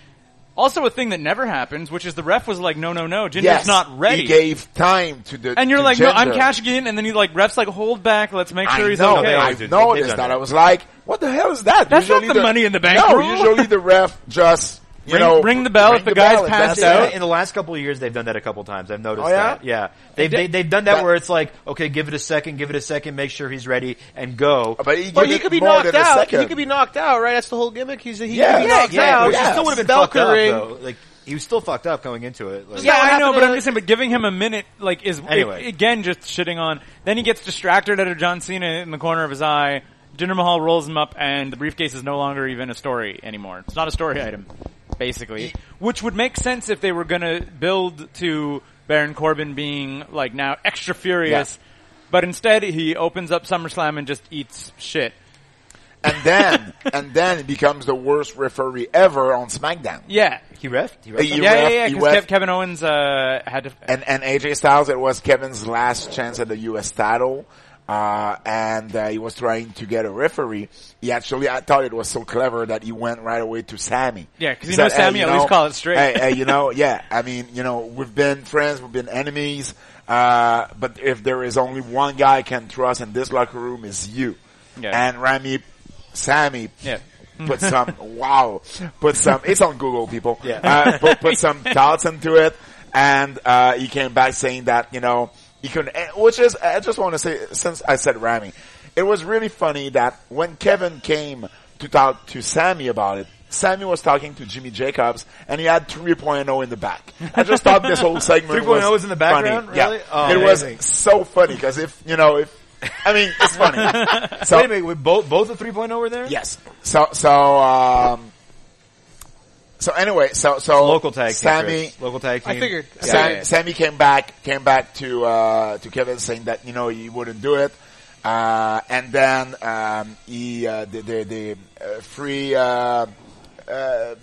Speaker 2: Also, a thing that never happens, which is the ref was like, "No, no, no, Ginger's
Speaker 3: Yes,
Speaker 2: not ready."
Speaker 3: He gave time to the
Speaker 2: And you're
Speaker 3: to
Speaker 2: like, no, I'm
Speaker 3: Ginger.
Speaker 2: cashing in, and then you like refs like hold back, let's make sure
Speaker 3: I
Speaker 2: he's
Speaker 3: know.
Speaker 2: okay.
Speaker 4: always
Speaker 3: I
Speaker 4: do. They've
Speaker 3: noticed
Speaker 4: done
Speaker 3: that.
Speaker 4: that.
Speaker 3: I was like, "What the hell is that?"
Speaker 2: That's not the money in the bank
Speaker 3: *laughs* No,
Speaker 2: rule.
Speaker 3: usually the ref just you
Speaker 2: Ring-
Speaker 3: know
Speaker 2: ring the bell if the guy's
Speaker 3: and
Speaker 2: passed
Speaker 3: that's
Speaker 2: out.
Speaker 3: it.
Speaker 4: In the last couple of years, they've done that a couple times. I've noticed
Speaker 3: Oh, yeah?
Speaker 4: that. Yeah, they've they, they've done that
Speaker 3: But-
Speaker 4: where it's like, okay, give it a second, give it a second, make sure he's ready, and go.
Speaker 2: Oh,
Speaker 3: But he,
Speaker 5: But
Speaker 3: gave
Speaker 5: he
Speaker 3: it
Speaker 5: could be
Speaker 3: more
Speaker 5: knocked
Speaker 3: than a
Speaker 5: out.
Speaker 3: second.
Speaker 5: He could be knocked out, right? That's the whole gimmick. He's he
Speaker 3: Yeah.
Speaker 5: could be knocked
Speaker 3: Yeah,
Speaker 5: out.
Speaker 4: which
Speaker 3: yeah.
Speaker 5: He still would have been
Speaker 4: fucked up,
Speaker 5: Valkyrie.
Speaker 4: though. Like he was still fucked up going into it. Like,
Speaker 2: yeah,
Speaker 5: Yeah, what
Speaker 2: I know,
Speaker 5: happened
Speaker 2: but
Speaker 5: to
Speaker 2: I'm
Speaker 5: the-
Speaker 2: just saying, but giving him a minute, like, is
Speaker 4: Anyway.
Speaker 2: again just shitting on. Then he gets distracted at a John Cena in the corner of his eye. Jinder Mahal rolls him up, and the briefcase is no longer even a story anymore. It's not a story item, basically, which would make sense if they were going to build to Baron Corbin being like now extra furious, but instead he opens up SummerSlam and just eats shit.
Speaker 3: and then and then he becomes the worst referee ever on SmackDown.
Speaker 2: Yeah,
Speaker 4: he ref. He
Speaker 3: He
Speaker 4: ref.
Speaker 2: yeah,
Speaker 3: ref-
Speaker 2: yeah, yeah.
Speaker 3: he
Speaker 2: Because
Speaker 3: ref-
Speaker 2: Kevin Owens uh, had to.
Speaker 3: and and AJ Styles, it was Kevin's last chance at the U.S. title, uh, and uh, he was trying to get a referee. He actually, I thought it was so clever that he went right away to Sammy.
Speaker 2: Yeah, 'cause he
Speaker 3: He said,
Speaker 2: knows Sammy,
Speaker 3: you
Speaker 2: at least call it straight."
Speaker 3: Hey, hey,
Speaker 2: *laughs*
Speaker 3: you know, yeah. I mean, you know, we've been friends, we've been enemies, uh, but if there is only one guy I can trust in this locker room, is you.
Speaker 2: Yeah.
Speaker 3: And Rami, Sammy.
Speaker 2: Yeah.
Speaker 3: *laughs* Put some wow. Put some. It's on Google, people.
Speaker 4: Yeah.
Speaker 3: Uh, put, put
Speaker 4: *laughs*
Speaker 3: some thoughts into it, and uh, he came back saying that you know he couldn't. eh, Which is, I just want to say, since I said Rami, it was really funny that when Kevin came to talk to Sammy about it. Sammy was talking to Jimmy Jacobs, and he had 3.0 in the back. I just thought this
Speaker 4: *laughs*
Speaker 3: whole segment
Speaker 4: 3.0 was oh in the background?
Speaker 3: funny. Yeah.
Speaker 4: Really? Oh,
Speaker 3: it
Speaker 4: amazing.
Speaker 3: was so funny because if you know, if I mean, it's
Speaker 4: *laughs*
Speaker 3: funny. So
Speaker 4: Wait a minute, wait, both both the 3.0 were there.
Speaker 3: Yes. So so um so anyway, so so
Speaker 4: local tag. team,
Speaker 3: Sammy
Speaker 4: Chris. local tag team.
Speaker 5: I figured.
Speaker 4: Yeah.
Speaker 3: Sam,
Speaker 4: Yeah.
Speaker 3: Sammy came back came back to uh to Kevin saying that you know he wouldn't do it. Uh and then um he uh the the, the uh, free uh uh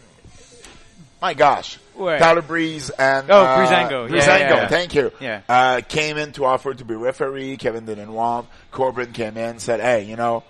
Speaker 3: my gosh.
Speaker 2: Where?
Speaker 3: Tyler Breeze and
Speaker 2: Oh,
Speaker 3: uh,
Speaker 2: Breezango. Yeah,
Speaker 3: Breezango,
Speaker 2: yeah, yeah.
Speaker 3: thank you.
Speaker 2: Yeah.
Speaker 3: Uh, came in to offer to be referee. Kevin didn't want. Corbin came in, said, "Hey, you know,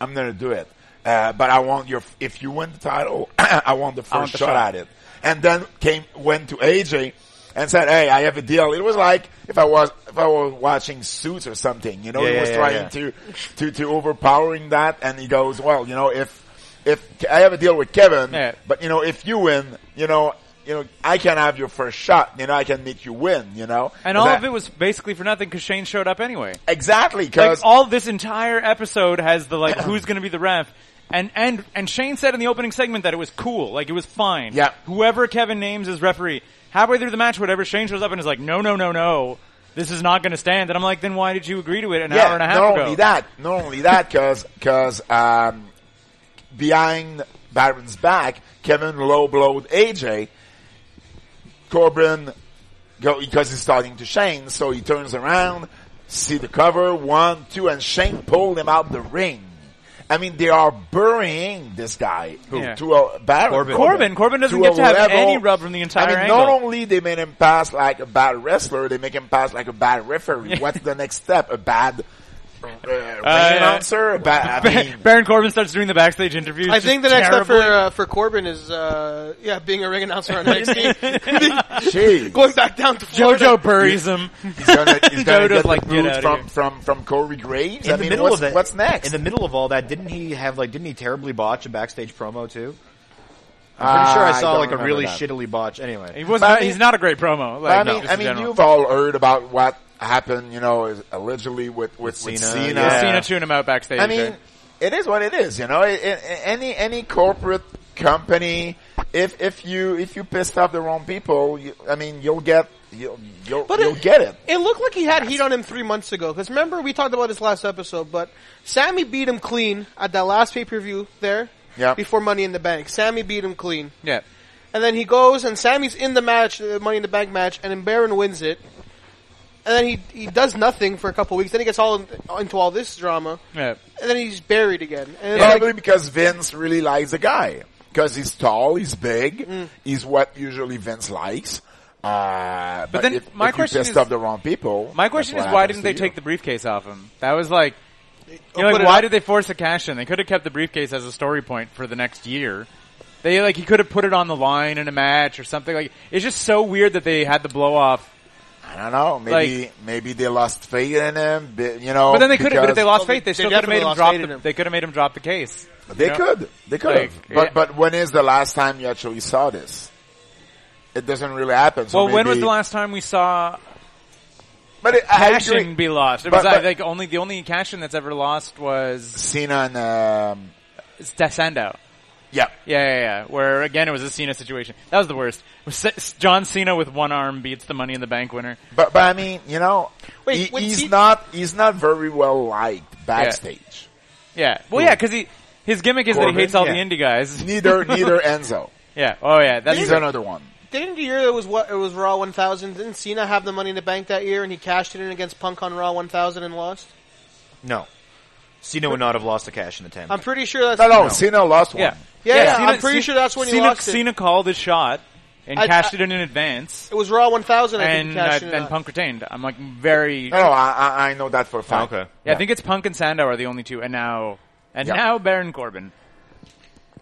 Speaker 3: I'm gonna do it, uh, but I want your. If you win the title, *clears throat* I want the first
Speaker 2: want the
Speaker 3: shot,
Speaker 2: shot."
Speaker 3: at it." And then came went to AJ and said, "Hey, I have a deal." It was like if I was if I was watching Suits or something, you know,
Speaker 4: Yeah,
Speaker 3: he
Speaker 4: yeah,
Speaker 3: was
Speaker 4: yeah,
Speaker 3: trying
Speaker 4: yeah.
Speaker 3: to to to overpowering that, and he goes, "Well, you know, if if I have a deal with Kevin,
Speaker 2: Yeah.
Speaker 3: but you know, if you win, you know." You know, I can have your first shot. You know, I can make you win. You know,
Speaker 2: And all
Speaker 3: That-
Speaker 2: of it was basically for nothing because Shane showed up anyway.
Speaker 3: Exactly,
Speaker 2: Like
Speaker 3: because
Speaker 2: all this entire episode has the like who's going to be the ref, and and and Shane said in the opening segment that it was cool, like it was fine.
Speaker 3: Yeah.
Speaker 2: whoever Kevin names as referee. Halfway through the match, whatever Shane shows up and is like, no, no, no, no, this is not going to stand. And I'm like, then why did you agree to it an
Speaker 3: yeah,
Speaker 2: hour and a half
Speaker 3: not
Speaker 2: ago?
Speaker 3: only that, not only that, because um, behind Baron's back, Kevin low blowed AJ. Corbin go because he's talking to Shane, so he turns around, see the cover one, two, and Shane pulled him out the ring. I mean, they are burying this guy who, uh,
Speaker 2: Yeah.
Speaker 3: to a Baron
Speaker 4: Corbin.
Speaker 2: Corbin. Corbin doesn't get
Speaker 3: a
Speaker 2: to have any rub from the entire
Speaker 3: I mean,
Speaker 2: angle.
Speaker 3: not only they made him pass like a bad wrestler, they make him pass like a bad referee.
Speaker 4: *laughs*
Speaker 3: What's the next step? A bad uh, ring
Speaker 2: yeah.
Speaker 3: announcer? A bad, I mean,
Speaker 2: Baron Corbin starts doing the backstage interviews.
Speaker 5: I think the
Speaker 2: just
Speaker 5: next step for
Speaker 2: terribly.
Speaker 5: uh, for Corbin is uh, yeah being a ring announcer on NXT,
Speaker 3: jeez.
Speaker 5: *laughs* going back down to Florida.
Speaker 2: JoJo buries him.
Speaker 3: *laughs* He's
Speaker 4: *laughs*
Speaker 3: gonna,
Speaker 2: *laughs*
Speaker 3: he's gonna
Speaker 2: Jojo's
Speaker 3: get
Speaker 2: like,
Speaker 3: like,
Speaker 2: "Get
Speaker 3: the boot
Speaker 2: outta
Speaker 3: from,
Speaker 2: here."
Speaker 3: from, from Corey Graves?
Speaker 4: In
Speaker 3: I
Speaker 4: the
Speaker 3: mean,
Speaker 4: middle
Speaker 3: what's,
Speaker 4: of it,
Speaker 3: what's next?
Speaker 4: In the middle of all that, didn't he have like? Didn't he terribly botch a backstage promo too? I'm pretty sure I saw
Speaker 3: Ah, don't
Speaker 4: like a
Speaker 3: remember
Speaker 4: really
Speaker 3: that.
Speaker 4: shittily botch. Anyway,
Speaker 2: He was
Speaker 3: But I
Speaker 2: not,
Speaker 3: mean-
Speaker 2: he's not a great promo.
Speaker 3: But I
Speaker 2: Like,
Speaker 3: mean,
Speaker 2: no,
Speaker 3: I
Speaker 2: just in
Speaker 3: mean,
Speaker 2: general.
Speaker 3: you've all heard about what happened, you know, is- allegedly with, with, with
Speaker 4: Cena,
Speaker 3: Cena.
Speaker 4: yeah.
Speaker 2: Cena chewing him out backstage.
Speaker 3: I mean,
Speaker 2: right?
Speaker 3: it is what it is, you know. It, it, any any corporate company, if if you if you pissed off the wrong people, you, I mean, you'll get you'll you'll, you'll get it.
Speaker 5: It looked like he had heat on him three months ago. Because remember, we talked about this last episode, but Sammy beat him clean at that last pay per view there.
Speaker 3: Yeah.
Speaker 5: Before Money in the Bank, Sammy beat him clean,
Speaker 2: yeah.
Speaker 5: uh, and then he goes and Sammy's in the match, the Money in the Bank match, and then Baron wins it. and then he he does nothing for a couple weeks. Then he gets all in, into all this drama,
Speaker 2: Yeah.
Speaker 5: and then he's buried again. And it's
Speaker 3: Probably
Speaker 5: like,
Speaker 3: because Vince really likes the guy. Because he's tall, he's big,
Speaker 2: Mm.
Speaker 3: he's what usually Vince likes. Uh, but,
Speaker 2: then
Speaker 3: if,
Speaker 2: my
Speaker 3: if
Speaker 2: question
Speaker 3: you pissed
Speaker 2: is-
Speaker 3: off the wrong people.
Speaker 2: My
Speaker 3: that's
Speaker 2: question
Speaker 3: what
Speaker 2: is, why
Speaker 3: happens
Speaker 2: didn't
Speaker 3: to
Speaker 2: they
Speaker 3: you.
Speaker 2: take the briefcase off him? That was like, you
Speaker 5: I'll
Speaker 2: know,
Speaker 5: put
Speaker 2: like
Speaker 5: it
Speaker 2: why
Speaker 5: up.
Speaker 2: did they force a cash in? They could have kept the briefcase as a story point for the next year. They like he could have put it on the line in a match or something. Like it's just so weird that they had the blow off.
Speaker 3: I don't know. Maybe maybe they lost faith in him. but, You know,
Speaker 2: But then they could have. But if
Speaker 3: because-
Speaker 2: they lost
Speaker 5: Well, they-
Speaker 2: faith, they,
Speaker 5: they
Speaker 2: still could have
Speaker 5: definitely
Speaker 2: made him
Speaker 5: lost
Speaker 2: drop.
Speaker 5: faith in
Speaker 2: The,
Speaker 5: him.
Speaker 2: they could have made him drop the case.
Speaker 3: They
Speaker 2: you know?
Speaker 3: could. They could
Speaker 2: Like,
Speaker 3: have. But
Speaker 2: yeah.
Speaker 3: but when is the last time you actually saw this? It doesn't really happen. So
Speaker 2: Well, when was
Speaker 3: maybe-
Speaker 2: the last time we saw
Speaker 3: But it, I
Speaker 2: cash
Speaker 3: agree.
Speaker 2: in be lost? It
Speaker 3: But-
Speaker 2: was like,
Speaker 3: but-
Speaker 2: like only the only cash in that's ever lost was
Speaker 3: Cena and um,
Speaker 2: Sandow.
Speaker 3: yeah,
Speaker 2: Yeah, yeah, yeah. Where again, it was a Cena situation. That was the worst. Was Se- John Cena with one arm beats the Money in the Bank winner.
Speaker 3: but but I mean, you know,
Speaker 5: Wait,
Speaker 3: he-
Speaker 5: when
Speaker 3: he's
Speaker 5: Cena-
Speaker 3: not he's not very well liked backstage.
Speaker 2: Yeah. Well, yeah, because he his gimmick is that
Speaker 3: Corbin,
Speaker 2: he hates all the
Speaker 4: yeah.
Speaker 2: indie guys. *laughs*
Speaker 3: Neither neither Enzo.
Speaker 2: yeah. Oh, yeah. That's
Speaker 3: He's another one.
Speaker 5: didn't the year that was what it was Raw 1000? Didn't Cena have the Money in the Bank that year, and he cashed it in against Punk on Raw 1000 and lost?
Speaker 4: No. Cena would not have lost the cash in the ten.
Speaker 5: I'm pretty sure that's
Speaker 3: No, no, Cena lost one.
Speaker 2: yeah.
Speaker 5: Yeah, yeah, I'm pretty sure that's when he
Speaker 2: Cena,
Speaker 5: lost it.
Speaker 2: Cena called his shot and
Speaker 5: I-
Speaker 2: cashed
Speaker 5: I-
Speaker 2: it in in advance,
Speaker 5: It was Raw 1000. I think he
Speaker 2: and uh,
Speaker 5: cashed it in. Uh,
Speaker 2: and Punk retained. I'm like very.
Speaker 3: No, no, I, I I know that for a fact.
Speaker 4: okay.
Speaker 2: Yeah, I think it's Punk and Sandow are the only two, and now and
Speaker 3: Yeah.
Speaker 2: now Baron Corbin.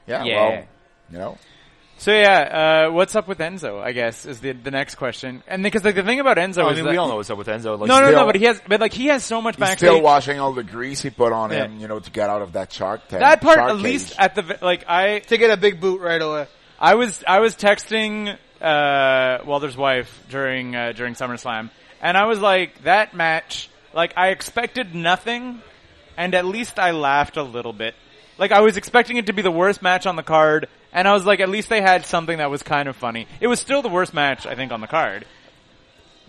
Speaker 3: Yeah,
Speaker 2: Yeah.
Speaker 3: well, you know,
Speaker 2: So yeah, uh, what's up with Enzo? I guess is the the next question, and because like the thing about Enzo
Speaker 4: Oh, I
Speaker 2: is
Speaker 4: mean,
Speaker 2: that,
Speaker 4: we all know what's up with Enzo. Like,
Speaker 2: No, no, no,
Speaker 3: Still-
Speaker 2: but he has, but like he has so much
Speaker 3: he's
Speaker 2: backstage.
Speaker 3: still washing all the grease he put on
Speaker 2: Yeah.
Speaker 3: him, you know, to get out of that shark tank.
Speaker 2: that part,
Speaker 3: shark
Speaker 2: at least
Speaker 3: cage.
Speaker 2: at the v- like, I
Speaker 5: to get a big boot right away.
Speaker 2: I was I was texting uh, Walter's wife during uh, during SummerSlam, and I was like, that match, like I expected nothing, and at least I laughed a little bit. Like I was expecting it to be the worst match on the card, and I was like, at least they had something that was kind of funny. It was still the worst match I think on the card.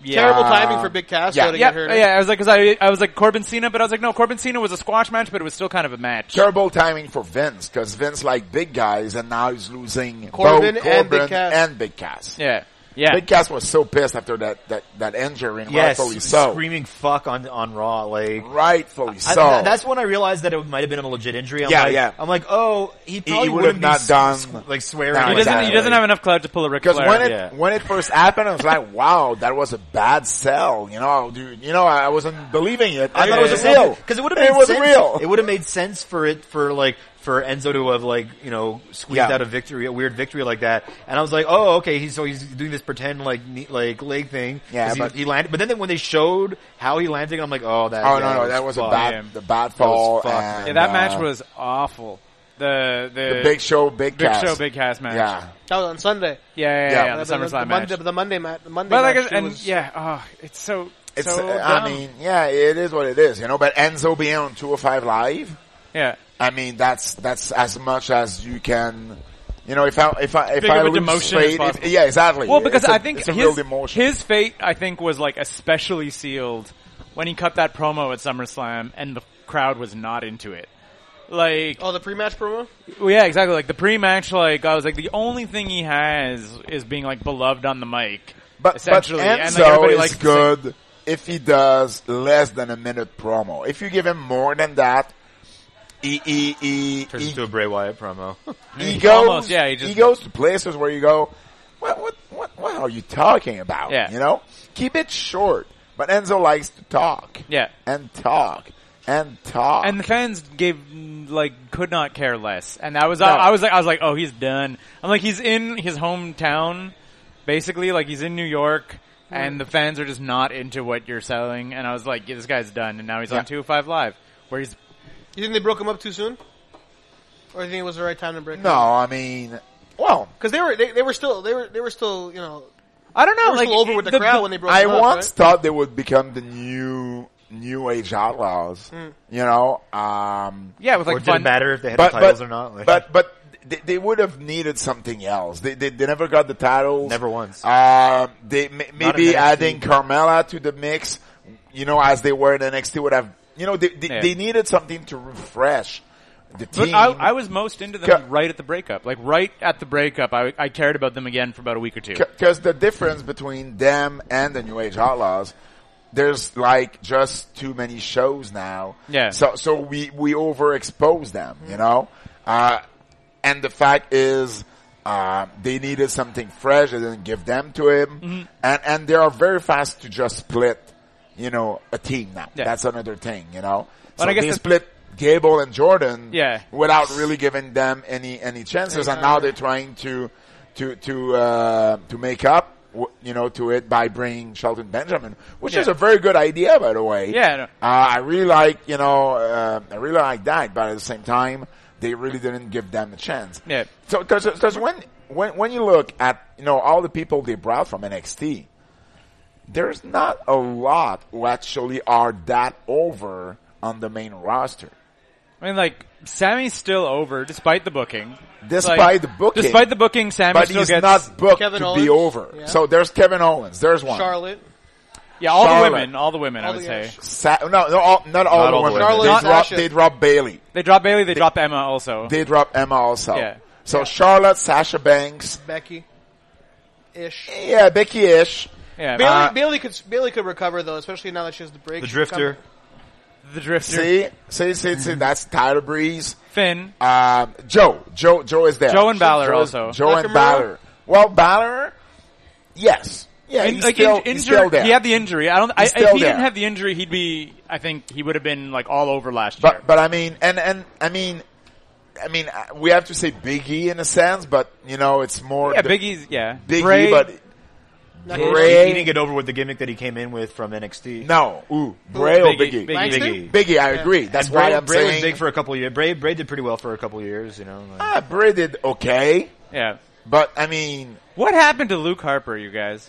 Speaker 2: Yeah.
Speaker 5: Terrible timing for Big Cass
Speaker 3: yeah.
Speaker 5: to
Speaker 2: Yeah,
Speaker 5: get hurt.
Speaker 2: yeah. I was like, cause I, I was like Corbin Cena, but I was like, no, Corbin Cena was a squash match, but it was still kind of a match.
Speaker 3: terrible timing for Vince because Vince like big guys, and now he's losing
Speaker 5: Corbin
Speaker 3: both
Speaker 5: and Big
Speaker 3: Corbin
Speaker 5: Cass.
Speaker 3: and Big Cass.
Speaker 2: Yeah, yeah.
Speaker 3: Big Cass was so pissed after that that that injury, and
Speaker 4: yes,
Speaker 3: rightfully so.
Speaker 4: screaming fuck on on Raw. Like,
Speaker 3: Rightfully
Speaker 4: I-
Speaker 3: so.
Speaker 4: th- that's when I realized that it might have been a legit injury. I'm
Speaker 3: Yeah,
Speaker 4: like,
Speaker 3: yeah.
Speaker 4: I'm like, oh, he probably
Speaker 3: would
Speaker 4: wouldn't
Speaker 3: have
Speaker 4: be
Speaker 3: not
Speaker 4: s-
Speaker 3: done-
Speaker 4: s- like swearing.
Speaker 3: No,
Speaker 2: he
Speaker 4: like
Speaker 2: doesn't.
Speaker 4: that,
Speaker 2: He doesn't
Speaker 4: like-
Speaker 2: have enough clout to pull a Ric
Speaker 3: because
Speaker 2: Flair.
Speaker 3: when it
Speaker 4: yeah.
Speaker 3: when it first happened, I was like, "Wow, that was a bad sell." You know, Oh, dude. You know, I wasn't believing it.
Speaker 4: I thought it was
Speaker 3: Yeah.
Speaker 4: real because it would have made
Speaker 3: It was
Speaker 4: sense.
Speaker 3: real.
Speaker 4: It would have made sense for it for like for Enzo to have like you know squeezed
Speaker 3: Yeah.
Speaker 4: out a victory, a weird victory like that. And I was like, oh, okay, he's so he's doing this pretend like knee, like leg thing. 'cause
Speaker 3: Yeah,
Speaker 4: he,
Speaker 3: but-
Speaker 4: he landed. But then when they showed how he landed, I'm like, oh, that.
Speaker 3: Oh no, no, that was a
Speaker 4: fucked.
Speaker 3: bad,
Speaker 2: Yeah.
Speaker 3: the bad fall.
Speaker 4: fucked.
Speaker 3: and,
Speaker 2: Yeah, that
Speaker 3: uh,
Speaker 2: match was awful. The the,
Speaker 3: the Big Show, Big,
Speaker 2: Big
Speaker 3: Cass.
Speaker 2: Show, Big Cass match.
Speaker 3: Yeah,
Speaker 5: That was on Sunday.
Speaker 2: yeah, yeah, yeah,
Speaker 3: Yeah.
Speaker 2: yeah,
Speaker 5: Uh,
Speaker 2: the SummerSlam match.
Speaker 5: Monday, the Monday match. The Monday
Speaker 2: but like,
Speaker 5: match. it
Speaker 2: and
Speaker 5: was-
Speaker 2: yeah, oh, it's so.
Speaker 3: it's.
Speaker 2: so
Speaker 3: uh, I
Speaker 2: dumb.
Speaker 3: mean, yeah, it is what it is. You know, but Enzo being on two or five live.
Speaker 2: yeah,
Speaker 3: I mean, that's that's as much as you can. You know, if I if I if
Speaker 2: Big
Speaker 3: I
Speaker 2: of a
Speaker 3: lose
Speaker 2: demotion as
Speaker 3: faith-
Speaker 2: possible.
Speaker 3: if- yeah, exactly.
Speaker 2: Well, because
Speaker 3: It's a-
Speaker 2: I think
Speaker 3: it's a real
Speaker 2: his,
Speaker 3: demotion.
Speaker 2: his fate, I think, was like especially sealed when he cut that promo at SummerSlam, and the crowd was not into it. Like,
Speaker 5: Oh, the pre-match promo.
Speaker 2: Well, yeah, exactly. Like the pre-match, like I was like, the only thing he has is being like beloved on the mic,
Speaker 3: But, but
Speaker 2: essentially.
Speaker 3: Enzo
Speaker 2: and like everybody
Speaker 3: is
Speaker 2: likes to
Speaker 3: good
Speaker 2: sing-
Speaker 3: if he does less than a minute promo. If you give him more than that, he he he,
Speaker 4: Turns
Speaker 3: he,
Speaker 4: into a Bray Wyatt promo. *laughs*
Speaker 3: he
Speaker 2: he
Speaker 3: goes
Speaker 2: almost- yeah, he
Speaker 3: he,
Speaker 2: just-
Speaker 3: goes to places where you go, what what what what are you talking about?
Speaker 2: Yeah.
Speaker 3: you know, keep it short. But Enzo likes to talk.
Speaker 2: Yeah.
Speaker 3: and talk and talk.
Speaker 2: and the fans gave mm, like could not care less, and that was
Speaker 3: No.
Speaker 2: I, I was like, I was like, oh, he's done. I'm like, he's in his hometown, basically, like he's in New York. And the fans are just not into what you're selling, and I was like, yeah, "This guy's done." And now he's
Speaker 3: Yeah.
Speaker 2: on Two oh Five Live, where he's
Speaker 5: You think they broke him up too soon, or do you think it was the right time to break?
Speaker 3: no, I mean, well,
Speaker 5: because they were they, they were still they were they were still you know
Speaker 2: I don't
Speaker 5: they
Speaker 2: know,
Speaker 5: were
Speaker 2: like
Speaker 5: still over with the, crowd when they broke.
Speaker 3: I
Speaker 5: him up,
Speaker 3: once
Speaker 5: right?
Speaker 3: thought they would become the new new age outlaws.
Speaker 2: Hmm.
Speaker 3: You know, um,
Speaker 2: yeah, with
Speaker 4: or
Speaker 2: like
Speaker 4: it didn't
Speaker 2: fun-
Speaker 4: matter if they had
Speaker 3: but
Speaker 4: the titles
Speaker 3: but,
Speaker 4: or not. Like,
Speaker 3: but but they, they would have needed something else. They, they they never got the titles.
Speaker 4: Never once.
Speaker 3: Um, they m-
Speaker 4: in
Speaker 3: maybe
Speaker 4: NXT.
Speaker 3: adding Carmella to the mix. You know, as they were in NXT, would have you know they they,
Speaker 2: Yeah.
Speaker 3: they needed something to refresh the
Speaker 2: But
Speaker 3: team.
Speaker 2: I, I was most into them
Speaker 3: Ca-
Speaker 2: right at the breakup. Like right at the breakup, I, I cared about them again for about a week or two.
Speaker 3: Because the difference between them and the New Age Outlaws there's like just too many shows now.
Speaker 2: Yeah.
Speaker 3: So so we we overexpose them, you know. Uh, and the fact is, uh, they needed something fresh. They didn't give them to him,
Speaker 2: Mm-hmm.
Speaker 3: and and they are very fast to just split, you know, a team now.
Speaker 2: Yeah.
Speaker 3: That's another thing, you know.
Speaker 2: But
Speaker 3: so
Speaker 2: I guess
Speaker 3: they
Speaker 2: the-
Speaker 3: split Gable and Jordan,
Speaker 2: Yeah.
Speaker 3: without really giving them any any chances, and now they're trying to to to uh, to make up. w- You know, to it by bringing Shelton Benjamin, which is
Speaker 2: Yeah.
Speaker 3: a very good idea, by the way.
Speaker 2: Yeah, I know.
Speaker 3: Uh, I really like, you know, uh, I really like that, but at the same time, they really didn't give them a chance.
Speaker 2: Yeah.
Speaker 3: So, cause, 'cause when, when, when you look at, you know, all the people they brought from NXT, there's not a lot who actually are that over on the main roster.
Speaker 2: I mean, like Sammy's still over despite the booking.
Speaker 3: Despite
Speaker 2: Like,
Speaker 3: the booking.
Speaker 2: despite the booking, Sammy
Speaker 3: But
Speaker 2: still
Speaker 3: he's
Speaker 2: gets
Speaker 3: not booked
Speaker 5: Kevin
Speaker 3: to
Speaker 5: Owens,
Speaker 3: be over.
Speaker 5: yeah.
Speaker 3: So there's Kevin Owens. There's one.
Speaker 5: Charlotte.
Speaker 2: yeah all
Speaker 3: Charlotte.
Speaker 2: the women, all the women.
Speaker 5: All
Speaker 2: I would
Speaker 5: the-
Speaker 2: say
Speaker 3: Sa- no, no, all, not all
Speaker 4: Not all
Speaker 3: the women.
Speaker 4: the
Speaker 3: They
Speaker 4: women.
Speaker 5: Charlotte,
Speaker 3: drop-
Speaker 5: Sasha.
Speaker 3: they drop Bailey.
Speaker 2: they drop Bailey, they drop Emma also.
Speaker 3: They drop Emma also.
Speaker 2: Yeah.
Speaker 3: So Charlotte, Sasha Banks,
Speaker 5: Becky. Ish.
Speaker 3: yeah, Becky Ish,
Speaker 2: yeah,
Speaker 5: Bailey,
Speaker 2: uh,
Speaker 5: Bailey could Bailey could recover though, especially now that she has the break.
Speaker 4: The
Speaker 5: She could
Speaker 4: Drifter.
Speaker 5: come-
Speaker 2: the Drifter,
Speaker 3: see, see, see,
Speaker 2: Mm-hmm.
Speaker 3: see, that's Tyler Breeze,
Speaker 2: Finn.
Speaker 3: um, Joe, Joe, Joe is there.
Speaker 2: Joe and Balor
Speaker 3: Joe is-
Speaker 2: also.
Speaker 3: Joe and
Speaker 5: Nakamura?
Speaker 3: Balor. Well, Balor, yes, yeah,
Speaker 2: In-
Speaker 3: he's,
Speaker 2: like
Speaker 3: still,
Speaker 2: in-
Speaker 3: he's
Speaker 2: injury-
Speaker 3: still there.
Speaker 2: he had the injury. I don't. I, if
Speaker 3: He's
Speaker 2: he
Speaker 3: still
Speaker 2: didn't
Speaker 3: there.
Speaker 2: have the injury, he'd be. I think he would have been like all over last year.
Speaker 3: but but I mean, and and I mean, I mean, uh, we have to say Big E in a sense, but you know, it's more
Speaker 2: yeah,
Speaker 3: the-
Speaker 2: Biggie's yeah.
Speaker 3: Big
Speaker 2: Bray,
Speaker 3: E, but
Speaker 4: He,
Speaker 3: Bray,
Speaker 4: didn't get over with the gimmick that he came in with from NXT.
Speaker 3: no, ooh, Bray or
Speaker 2: Big
Speaker 3: Big
Speaker 2: E-
Speaker 3: E,
Speaker 2: Big E.
Speaker 5: Langston?
Speaker 4: Biggie.
Speaker 3: Big E, I agree. That's
Speaker 4: And Bray,
Speaker 3: why I'm
Speaker 4: Bray was
Speaker 3: saying
Speaker 4: big for a couple of years. Bray, Bray did pretty well for a couple of years, you know. like-
Speaker 3: ah, Bray did okay.
Speaker 2: Yeah.
Speaker 3: But I mean,
Speaker 2: What happened to Luke Harper, you guys?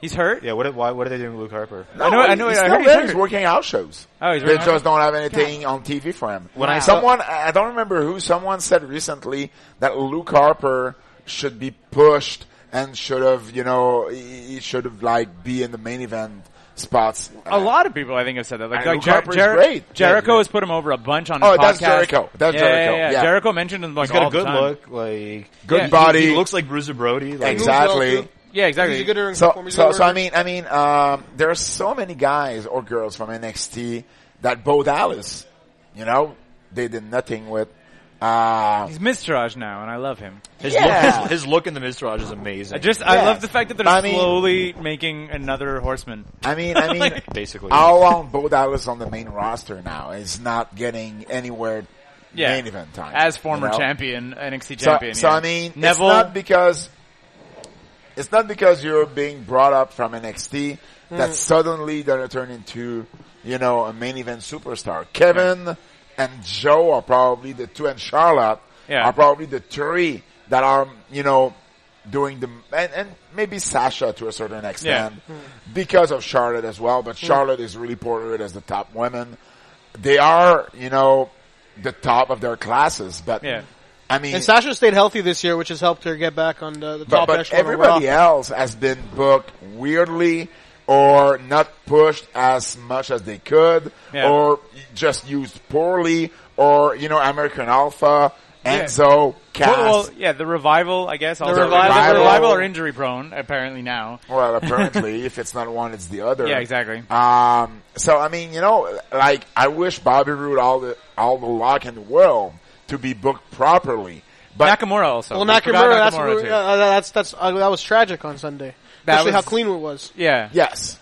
Speaker 2: He's hurt.
Speaker 4: yeah, what, why, what are they doing with Luke Harper?
Speaker 3: no,
Speaker 2: I know- I know-
Speaker 3: He's
Speaker 2: I
Speaker 3: still
Speaker 2: heard
Speaker 3: there.
Speaker 2: he's
Speaker 3: He's
Speaker 2: hurt.
Speaker 3: working out shows.
Speaker 2: Oh, he's
Speaker 3: they
Speaker 2: working out
Speaker 3: just don't have anything on TV for him.
Speaker 4: When I Wow. saw-
Speaker 3: someone, I I don't remember who, someone said recently that Luke Harper should be pushed and should have, you know, he he should have like be in the main event spots.
Speaker 2: A lot of people, I think, have said that. Like,
Speaker 3: And
Speaker 2: like
Speaker 3: Luke
Speaker 2: Jer-
Speaker 3: Harper's
Speaker 2: Jer-
Speaker 3: great.
Speaker 2: Jericho
Speaker 3: Yeah.
Speaker 2: has put him over a bunch on.
Speaker 3: Oh,
Speaker 2: his
Speaker 3: that's
Speaker 2: podcast.
Speaker 3: Jericho. That's
Speaker 2: yeah,
Speaker 3: Jericho.
Speaker 2: Yeah,
Speaker 3: Yeah.
Speaker 2: Jericho mentioned him like
Speaker 4: He's got
Speaker 2: all
Speaker 4: a good
Speaker 2: the time.
Speaker 4: look, like
Speaker 3: Good
Speaker 4: he- he-
Speaker 3: body.
Speaker 4: He looks like Bruza Brody. Like,
Speaker 5: moves well,
Speaker 3: Exactly.
Speaker 5: too.
Speaker 2: Yeah, exactly.
Speaker 5: He's a good ring
Speaker 3: So,
Speaker 5: performer. He's a
Speaker 3: so,
Speaker 5: good
Speaker 3: so I
Speaker 5: worker.
Speaker 3: mean, I mean, um, there are so many guys or girls from NXT that Bo Dallas, you know, they did nothing with. Uh,
Speaker 2: He's Mistrage now, and I love him.
Speaker 4: His,
Speaker 3: Yeah.
Speaker 4: look, his, his look in the Mistrage is
Speaker 2: I
Speaker 4: amazing.
Speaker 2: just, I
Speaker 3: Yeah.
Speaker 2: love the fact that they're
Speaker 3: I mean-
Speaker 2: slowly making another horseman.
Speaker 3: I
Speaker 2: *laughs*
Speaker 3: mean,
Speaker 2: Oh
Speaker 3: I mean,
Speaker 4: basically.
Speaker 3: how long Bo Dallas on the main roster now is not getting anywhere
Speaker 2: Yeah.
Speaker 3: main event time
Speaker 2: As
Speaker 3: you
Speaker 2: former
Speaker 3: know?
Speaker 2: champion, NXT
Speaker 3: So,
Speaker 2: champion.
Speaker 3: so
Speaker 2: yeah.
Speaker 3: I mean,
Speaker 2: Neville.
Speaker 3: it's not because it's not because you're being brought up from NXT
Speaker 2: Hmm.
Speaker 3: that suddenly they're gonna turn into you know a main event superstar. Kevin and Joe are probably the two, and Charlotte
Speaker 2: Yeah.
Speaker 3: are probably the three that are you know doing the and, and maybe Sasha to a certain extent
Speaker 2: Hmm.
Speaker 3: because of Charlotte as well. But Charlotte is really portrayed as the top women. They are you know the top of their classes, but
Speaker 2: Yeah.
Speaker 3: I mean,
Speaker 5: and Sasha stayed healthy this year, which has helped her get back on the, the
Speaker 3: but,
Speaker 5: top
Speaker 3: but
Speaker 5: echelon.
Speaker 3: everybody
Speaker 5: overall.
Speaker 3: else has been booked weirdly or not pushed as much as they could
Speaker 2: Yeah.
Speaker 3: or just used poorly or, you know, American Alpha, Enzo, Cass.
Speaker 2: Well, well, yeah, the revival, I guess. Also.
Speaker 3: revival.
Speaker 2: the revival are injury prone, apparently now.
Speaker 3: Well, apparently, if it's not one, it's the
Speaker 2: *laughs*
Speaker 3: other.
Speaker 2: Yeah, exactly.
Speaker 3: Um, so I mean, you know, like I wish Bobby Roode all the all the luck in the world to be booked properly, but
Speaker 2: Nakamura also.
Speaker 5: Well,
Speaker 2: We forgot
Speaker 5: Nakamura, that's
Speaker 2: Nakamura
Speaker 5: what we-
Speaker 2: too.
Speaker 5: uh, that's that's uh, that was tragic on Sunday.
Speaker 2: That
Speaker 5: Especially
Speaker 2: was-
Speaker 5: how clean it was.
Speaker 2: yeah,
Speaker 3: yes,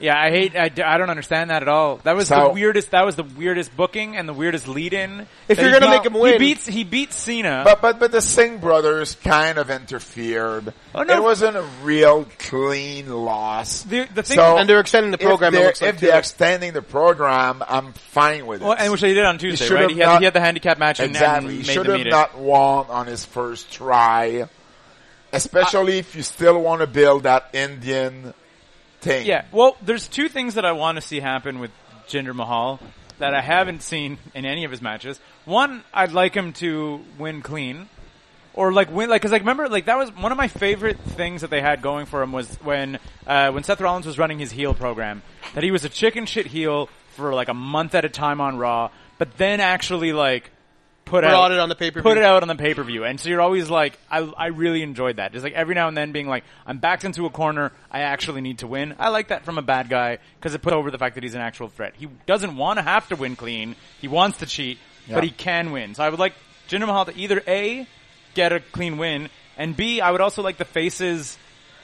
Speaker 2: yeah. I hate. I, d- I don't understand that at all. That was
Speaker 3: So-
Speaker 2: the weirdest. That was the weirdest booking and the weirdest lead-in.
Speaker 5: If
Speaker 2: That
Speaker 5: you're
Speaker 2: he
Speaker 5: gonna
Speaker 2: beat-
Speaker 5: make him win-
Speaker 2: he beats. He beats Cena.
Speaker 3: But but but the Singh brothers kind of interfered.
Speaker 2: Oh, no.
Speaker 3: It wasn't a real clean loss.
Speaker 2: The- the thing-
Speaker 3: so
Speaker 5: And they're extending the program,
Speaker 3: If
Speaker 5: it
Speaker 3: they're,
Speaker 5: looks like,
Speaker 3: if
Speaker 5: too.
Speaker 3: they're extending the program, I'm fine with it.
Speaker 2: well, and which they did on Tuesday,
Speaker 3: should
Speaker 2: right?
Speaker 3: have
Speaker 2: He had,
Speaker 3: not-
Speaker 2: he had the handicap match and,
Speaker 3: exactly,
Speaker 2: and
Speaker 3: he
Speaker 2: made
Speaker 3: should
Speaker 2: them
Speaker 3: have
Speaker 2: eat
Speaker 3: not won on his first try. Especially if you still want to build that Indian thing.
Speaker 2: it. Yeah. Well, there's two things that I want to see happen with Jinder Mahal that I haven't seen in any of his matches. One, I'd like him to win clean. or like win like because like remember like that was one of my favorite things that they had going for him was when uh, when Seth Rollins was running his heel program that he was a chicken shit heel for like a month at a time on Raw, but then actually like put out
Speaker 5: Brought it on the pay-per-view.
Speaker 2: put it out on the pay per view, and so you're always like, I, I really enjoyed that. Just like every now and then being like, I'm backed into a corner, I actually need to win. I like that from a bad guy because it puts over the fact that he's an actual threat. He doesn't want to have to win clean. He wants to cheat,
Speaker 3: Yeah.
Speaker 2: but he can win. So I would like Jinder Mahal to either a get a clean win, and b I would also like the faces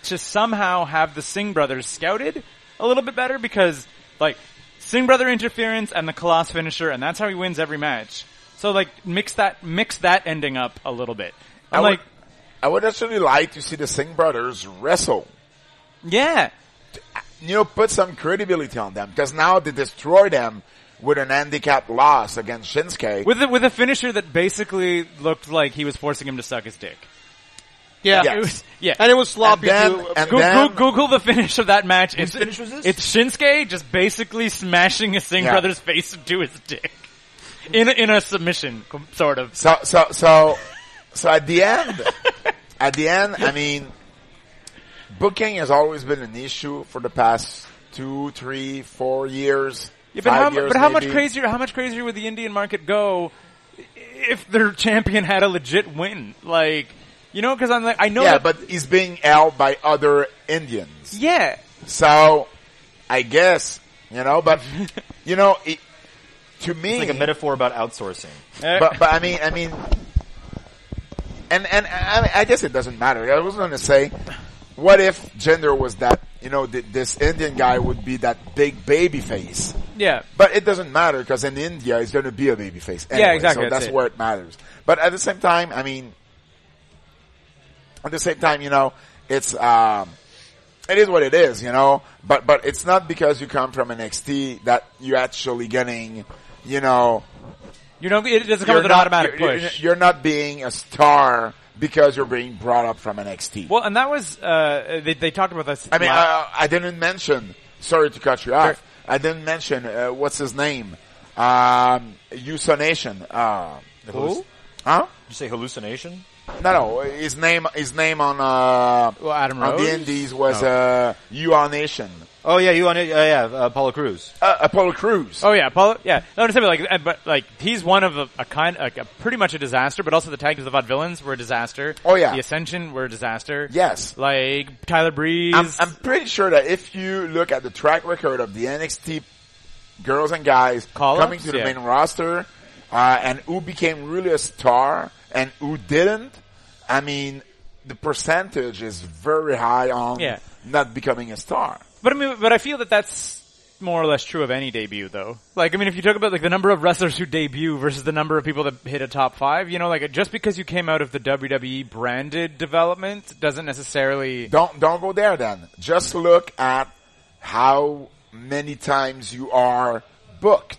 Speaker 2: to somehow have the Singh brothers scouted a little bit better because like Singh brother interference and the Coloss finisher, and that's how he wins every match. So like mix that mix that ending up a little bit. I'm
Speaker 3: I would-
Speaker 2: like,
Speaker 3: I would actually like to see the Singh brothers wrestle.
Speaker 2: yeah,
Speaker 3: You know, put some credibility on them because now they destroy them with an handicap loss against Shinsuke.
Speaker 2: with a, with a finisher that basically looked like he was forcing him to suck his dick.
Speaker 5: Yeah.
Speaker 3: Yeah.
Speaker 2: It was, yeah.
Speaker 5: And it was sloppy
Speaker 3: then-
Speaker 5: too.
Speaker 3: and
Speaker 2: Go- go-
Speaker 3: then-
Speaker 2: Google the finish of that match. It's,
Speaker 4: finish was this?
Speaker 2: It's Shinsuke just basically smashing his Singh
Speaker 3: Yeah.
Speaker 2: brother's face into his dick in a, in a submission, com- sort of.
Speaker 3: So, so, so, so at the end, *laughs* at the end, I mean, booking has always been an issue for the past two, three, four years.
Speaker 2: Yeah, but
Speaker 3: five
Speaker 2: how,
Speaker 3: years
Speaker 2: but how much
Speaker 3: maybe.
Speaker 2: crazier? How much crazier would the Indian market go if their champion had a legit win? Like, you know, because I'm like, I know,
Speaker 3: Yeah,
Speaker 2: that-
Speaker 3: but he's being held by other Indians.
Speaker 2: yeah,
Speaker 3: So, I guess, you
Speaker 2: *laughs*
Speaker 3: know, but, you know, it, to me,
Speaker 4: It's like a metaphor about outsourcing.
Speaker 2: Uh,
Speaker 3: but but I mean I mean, and and I, I guess it doesn't matter. I was going to say, what if gender was that you know th- this Indian guy would be that big baby face,
Speaker 2: yeah.
Speaker 3: but it doesn't matter because in India it's going to be a baby face. Anyway,
Speaker 2: exactly,
Speaker 3: So
Speaker 2: that's
Speaker 3: that's
Speaker 2: it.
Speaker 3: where it matters. But at the same time, I mean, at the same time, you know, it's um, it is what it is, you know. But but it's not because you come from NXT that you're actually getting, you know,
Speaker 2: You know, it doesn't come with an automatic
Speaker 3: you're-
Speaker 2: push.
Speaker 3: You're, you're not being a star because you're being brought up from NXT.
Speaker 2: well, and that was uh, they, they talked about this.
Speaker 3: I mean, uh,
Speaker 2: la-
Speaker 3: I, I didn't mention. Sorry to cut you off. I didn't mention uh, what's his name. Um, Uso Nation. Uh,
Speaker 4: Who?
Speaker 3: huh?
Speaker 4: Did you say hallucination?
Speaker 3: No, no. His name. His name on uh,
Speaker 2: Well, Adam
Speaker 3: on
Speaker 2: Rose? Oh.
Speaker 3: the Indies was uh, UR Nation.
Speaker 4: Oh yeah, you on it? Uh, yeah, uh, Apollo Cruz.
Speaker 3: Uh, Apollo Cruz.
Speaker 2: Oh yeah, Paul. Yeah, no, I'm saying like, uh, but like he's one of a, a kind, like a, pretty much a disaster. But also the Tag Teams of Odd Villains were a disaster.
Speaker 3: Oh, yeah.
Speaker 2: the Ascension were a disaster.
Speaker 3: Yes.
Speaker 2: like Tyler Breeze.
Speaker 3: I'm, I'm pretty sure that if you look at the track record of the NXT girls and guys
Speaker 2: Call-ups?
Speaker 3: coming to the
Speaker 2: Yeah.
Speaker 3: main roster, uh, and who became really a star and who didn't, I mean, the percentage is very high on
Speaker 2: Yeah.
Speaker 3: not becoming a star.
Speaker 2: But I mean, but I feel that that's more or less true of any debut, though. Like, I mean, if you talk about like the number of wrestlers who debut versus the number of people that hit a top five, you know, like just because you came out of the WWE branded development doesn't necessarily.
Speaker 3: Don't don't go there then. Just look at how many times you are booked.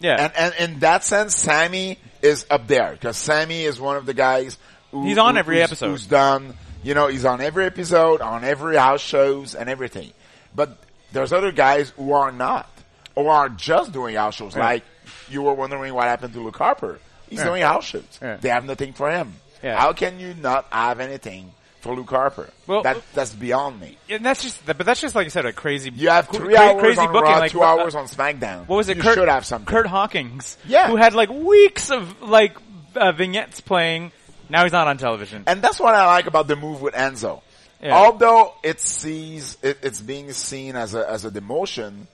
Speaker 2: Yeah,
Speaker 3: And, and in that sense, Sammy is up there because Sammy is one of the guys. Who,
Speaker 2: He's on
Speaker 3: who-
Speaker 2: every
Speaker 3: who's-
Speaker 2: episode.
Speaker 3: Who's done? You know, he's on every episode, on every house shows, and everything. But there's other guys who are not, or are just doing house shows.
Speaker 2: Right.
Speaker 3: Like you were wondering what happened to Luke Harper. He's
Speaker 2: Yeah.
Speaker 3: doing house shows.
Speaker 2: Yeah.
Speaker 3: They have nothing for him.
Speaker 2: Yeah.
Speaker 3: How can you not have anything for Luke Harper?
Speaker 2: Well-
Speaker 3: that that's beyond me.
Speaker 2: and that's just, but that's just like I said, a crazy.
Speaker 3: You have
Speaker 2: cra-
Speaker 3: three
Speaker 2: cra-
Speaker 3: hours
Speaker 2: crazy
Speaker 3: on
Speaker 2: booking,
Speaker 3: Raw,
Speaker 2: like uh,
Speaker 3: two hours on SmackDown.
Speaker 2: What was it?
Speaker 3: You
Speaker 2: Kurt,
Speaker 3: should have something.
Speaker 2: Kurt Hawkins,
Speaker 3: Yeah.
Speaker 2: who had like weeks of like uh, vignettes playing. Now he's not on television.
Speaker 3: And that's what I like about the move with Enzo.
Speaker 2: Yeah.
Speaker 3: Although it sees it, it's being seen as a as a demotion,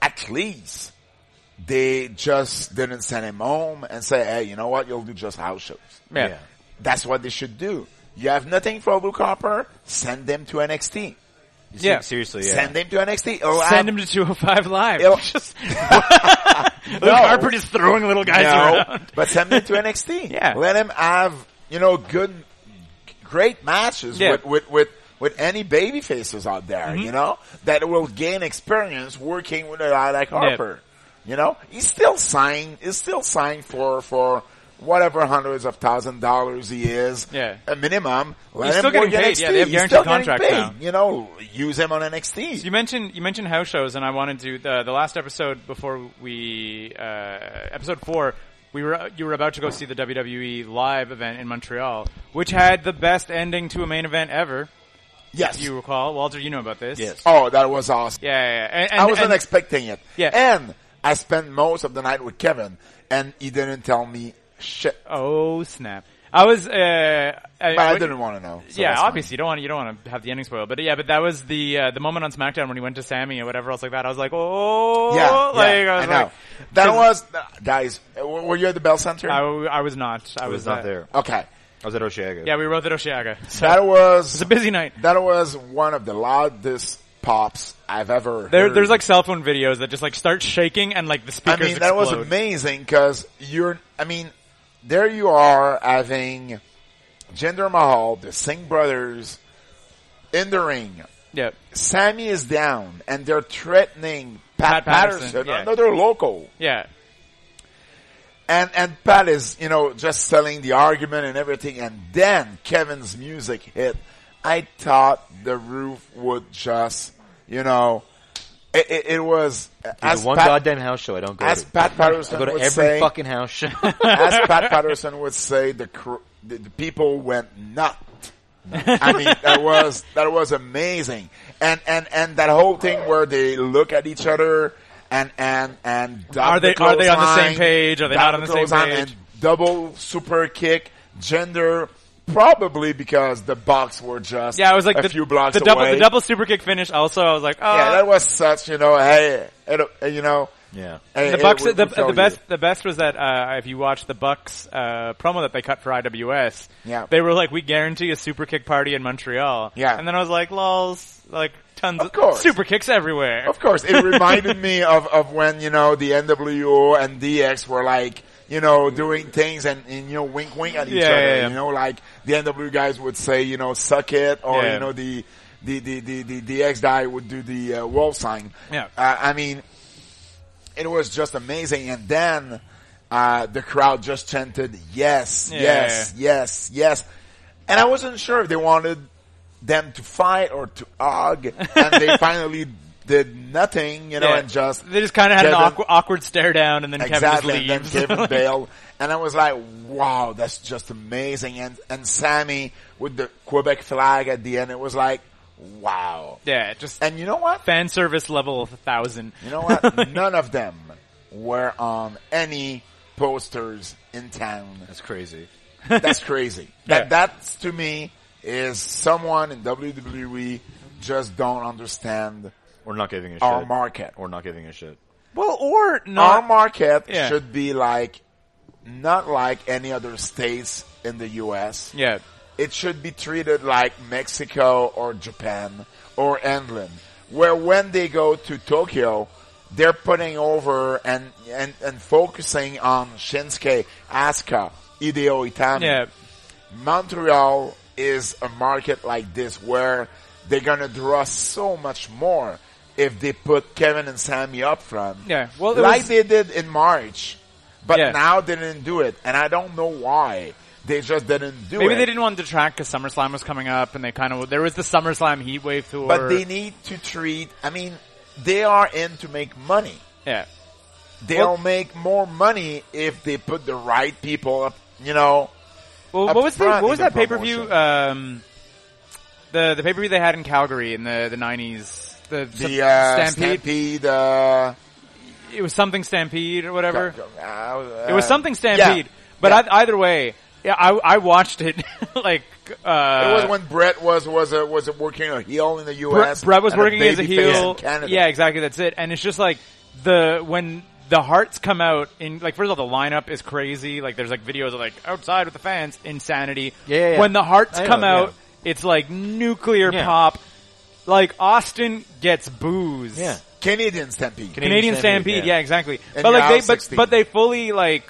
Speaker 3: at least they just didn't send him home and say, "Hey, you know what? You'll do just house shows."
Speaker 2: yeah.
Speaker 4: Yeah.
Speaker 3: That's what they should do. You have nothing for Luke Harper. Send them to NXT.
Speaker 4: You
Speaker 2: Yeah.
Speaker 4: see- seriously. Yeah.
Speaker 3: Send them to NXT. Or
Speaker 2: Send him to 205 Live.
Speaker 3: Yeah.
Speaker 2: *laughs* Just, Luke
Speaker 3: *laughs*
Speaker 2: Harper just throwing little guys
Speaker 3: no,
Speaker 2: around. *laughs*
Speaker 3: but send him to NXT.
Speaker 2: Yeah.
Speaker 3: let him have you know good, great matches
Speaker 2: Yeah. Mm-hmm.
Speaker 3: with, with with with any baby faces out there. You know that will gain experience working with a guy like Harper. You know he's still signed. He's still signed for for. Whatever hundreds of thousand dollars he is,
Speaker 2: Yeah.
Speaker 3: a minimum. Let
Speaker 2: He's
Speaker 3: him
Speaker 2: still getting
Speaker 3: work in
Speaker 2: paid.
Speaker 3: NXT.
Speaker 2: Yeah, they have
Speaker 3: He's
Speaker 2: guaranteed
Speaker 3: still getting
Speaker 2: contracts
Speaker 3: paid.
Speaker 2: now.
Speaker 3: You know, use him on NXT.
Speaker 2: You mentioned you mentioned house shows, and I wanted to uh, the the last episode before we uh, episode four. We were you were about to go see the WWE live event in Montreal, which had the best ending to a main event ever.
Speaker 3: yes.
Speaker 2: If you recall, Walter, you know about this.
Speaker 4: Yes.
Speaker 3: oh, that was awesome.
Speaker 2: Yeah, yeah, yeah. And, and,
Speaker 3: I wasn't
Speaker 2: and-
Speaker 3: expecting it.
Speaker 2: Yeah.
Speaker 3: And I spent most of the night with Kevin and he didn't tell me shit.
Speaker 2: Oh snap! I was. Uh, I,
Speaker 3: But I didn't want to know. so
Speaker 2: yeah,
Speaker 3: that's fine.
Speaker 2: obviously you don't want you don't want to have the ending spoiled, but yeah, but that was the uh, the moment on SmackDown when he went to Sammy or whatever else like that. I was like, oh,
Speaker 3: Yeah,
Speaker 2: like,
Speaker 3: yeah,
Speaker 2: I was
Speaker 3: I know.
Speaker 2: like,
Speaker 3: that
Speaker 2: 'cause
Speaker 3: was, guys, were were you at the Bell Center?
Speaker 2: I, w- I was not. I,
Speaker 4: I was
Speaker 2: uh,
Speaker 4: not there.
Speaker 3: okay.
Speaker 4: I was at Oshiaga.
Speaker 2: Yeah, we were at Oshiaga. So
Speaker 3: That was,
Speaker 2: *laughs* it's a busy night.
Speaker 3: that was one of the loudest pops I've ever
Speaker 2: There,
Speaker 3: heard.
Speaker 2: there's like cell phone videos that just like start shaking and like the
Speaker 3: I
Speaker 2: speakers.
Speaker 3: mean, that was
Speaker 2: explode.
Speaker 3: amazing because you're, I mean, there you are having Jinder Mahal, the Singh brothers in the ring.
Speaker 2: Yeah,
Speaker 3: Sammy is down and they're threatening
Speaker 2: Pat
Speaker 3: Pat, Patterson,
Speaker 2: Patterson, yeah.
Speaker 3: another local.
Speaker 2: yeah,
Speaker 3: And, and Pat is, you know, just selling the argument and everything. And then Kevin's music hit. I thought the roof would just, you know, it, it, it was,
Speaker 4: There's
Speaker 3: as
Speaker 4: one
Speaker 3: Pat,
Speaker 4: goddamn house show I don't go
Speaker 3: as
Speaker 4: to.
Speaker 3: Pat Patterson
Speaker 4: I go to
Speaker 3: would
Speaker 4: every
Speaker 3: say,
Speaker 4: fucking house show.
Speaker 3: *laughs* as
Speaker 2: *laughs*
Speaker 3: Pat Patterson would say, the cr- the, the people went nuts. I mean, that was that was amazing, and and and that whole thing where they look at each other and and and dub
Speaker 2: Are they-
Speaker 3: the
Speaker 2: are they on the same
Speaker 3: clothesline,
Speaker 2: page? Are they
Speaker 3: dub
Speaker 2: not on the same
Speaker 3: clothesline,
Speaker 2: page?
Speaker 3: And double super kick, gender. Probably because the box were just
Speaker 2: yeah. I was like
Speaker 3: a
Speaker 2: the,
Speaker 3: few blocks
Speaker 2: the double
Speaker 3: away.
Speaker 2: the double super kick finish. Also, I was like, oh,
Speaker 3: yeah, that was such you know hey it, you know
Speaker 4: yeah.
Speaker 3: hey,
Speaker 2: the
Speaker 3: it
Speaker 2: Bucks.
Speaker 3: will-
Speaker 2: The,
Speaker 3: will tell
Speaker 2: the
Speaker 3: you.
Speaker 2: best. The best was that uh, if you watch the Bucks uh, promo that they cut for IWS,
Speaker 3: Yeah.
Speaker 2: they were like, "We guarantee a super kick party in Montreal."
Speaker 3: Yeah.
Speaker 2: and then I was like, "Lols, like tons
Speaker 3: Of
Speaker 2: of,
Speaker 3: course.
Speaker 2: super kicks everywhere."
Speaker 3: Of course, it reminded me of, of when, you know, the NWO and DX were like, you know, doing things and, and you know, wink wink at each
Speaker 2: Yeah,
Speaker 3: other.
Speaker 2: yeah, yeah.
Speaker 3: You know, like the NW guys would say, you know, suck it or,
Speaker 2: Yeah.
Speaker 3: you know, the, the, the, the, the DX guy would do the uh, wolf sign.
Speaker 2: Yeah.
Speaker 3: Uh, I mean, it was just amazing. And then, uh, the crowd just chanted, yes,
Speaker 2: Yeah.
Speaker 3: yes, yes, yes. And I wasn't sure if they wanted them to fight or to argue, and
Speaker 2: *laughs*
Speaker 3: they finally did nothing, you know,
Speaker 2: Yeah.
Speaker 3: and just
Speaker 2: they just kind of had an
Speaker 3: Kevin-
Speaker 2: awkward, awkward stare down, and then
Speaker 3: exactly,
Speaker 2: Kevin just leaves. *laughs*
Speaker 3: and then Kevin Bale, and I was like, wow, that's just amazing, and and Sammy with the Quebec flag at the end, it was like, wow,
Speaker 2: yeah, just
Speaker 3: and you know what?
Speaker 2: fan service level of a thousand.
Speaker 3: You
Speaker 2: *laughs*
Speaker 3: know what? None of them were on any posters in town.
Speaker 4: That's crazy.
Speaker 3: That's
Speaker 2: *laughs*
Speaker 3: crazy.
Speaker 2: Yeah.
Speaker 3: That that's to me is someone in WWE just don't understand
Speaker 4: We're not giving a
Speaker 3: our
Speaker 4: shit.
Speaker 3: market.
Speaker 4: We're not giving a shit.
Speaker 2: Well, or
Speaker 3: Our
Speaker 2: not.
Speaker 3: market
Speaker 2: Yeah.
Speaker 3: should be like not like any other states in the US.
Speaker 2: yeah.
Speaker 3: It should be treated like Mexico or Japan or England, where when they go to Tokyo, they're putting over and, and, and focusing on Shinsuke, Asuka, Hideo Itami.
Speaker 2: Yeah.
Speaker 3: Montreal is a market like this where they're gonna draw so much more if they put Kevin and Sammy up front.
Speaker 2: Yeah, well, it
Speaker 3: like
Speaker 2: was-
Speaker 3: they did in March, but
Speaker 2: Yeah.
Speaker 3: now they didn't do it, and I don't know why. They just didn't do
Speaker 2: Maybe
Speaker 3: it.
Speaker 2: they didn't want to detract because SummerSlam was coming up, and they kind of there was the SummerSlam Heat Wave tour.
Speaker 3: But they need to treat. I mean, they are in to make money.
Speaker 2: yeah,
Speaker 3: They'll
Speaker 2: Well-
Speaker 3: make more money if they put the right people up. You know,
Speaker 2: Well,
Speaker 3: up
Speaker 2: what was the,
Speaker 3: front
Speaker 2: what was
Speaker 3: in the
Speaker 2: that pay per view? Um, the the pay per view they had in Calgary in the the nineties. The,
Speaker 3: the uh,
Speaker 2: stampede.
Speaker 3: Stampede. uh,
Speaker 2: It was something Stampede or whatever.
Speaker 3: uh,
Speaker 2: it was something Stampede.
Speaker 3: yeah,
Speaker 2: But
Speaker 3: yeah.
Speaker 2: I, either way, yeah, I I watched it *laughs* like uh,
Speaker 3: It was when Brett was was a, was a working a heel in the
Speaker 2: Bre-
Speaker 3: U.S.
Speaker 2: Brett was
Speaker 3: and
Speaker 2: working as a
Speaker 3: babyface in
Speaker 2: heel.
Speaker 3: Canada.
Speaker 2: Yeah, exactly. That's it. And it's just like the when the hearts come out in like first of all the lineup is crazy. Like there's like videos of like outside with the fans, insanity.
Speaker 4: Yeah, yeah, yeah.
Speaker 2: When the hearts
Speaker 4: I know,
Speaker 2: come
Speaker 4: yeah.
Speaker 2: out, it's like nuclear
Speaker 4: Yeah.
Speaker 2: pop. Like Austin gets booze.
Speaker 4: Yeah.
Speaker 3: Canadian Stampede.
Speaker 2: Canadian,
Speaker 4: Canadian
Speaker 2: Stampede.
Speaker 4: Stampede,
Speaker 2: yeah.
Speaker 4: yeah.
Speaker 2: exactly.
Speaker 3: And
Speaker 2: but like
Speaker 3: you're
Speaker 2: they,
Speaker 3: out
Speaker 2: but
Speaker 3: 16.
Speaker 2: but they fully like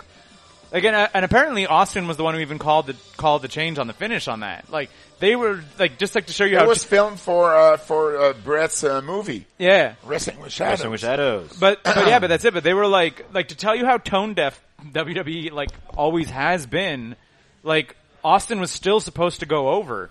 Speaker 2: again, uh, and apparently Austin was the one who even called the called the change on the finish on that. Like they were like just like to show you
Speaker 3: It
Speaker 2: how
Speaker 3: was filmed for uh, for uh, Brett's uh, movie
Speaker 2: yeah.
Speaker 3: Wrestling with Shadows.
Speaker 4: Wrestling with Shadows.
Speaker 3: *clears throat*
Speaker 2: But, but yeah, but that's it. But they were like, like to tell you how tone deaf WWE like always has been. Like Austin was still supposed to go over,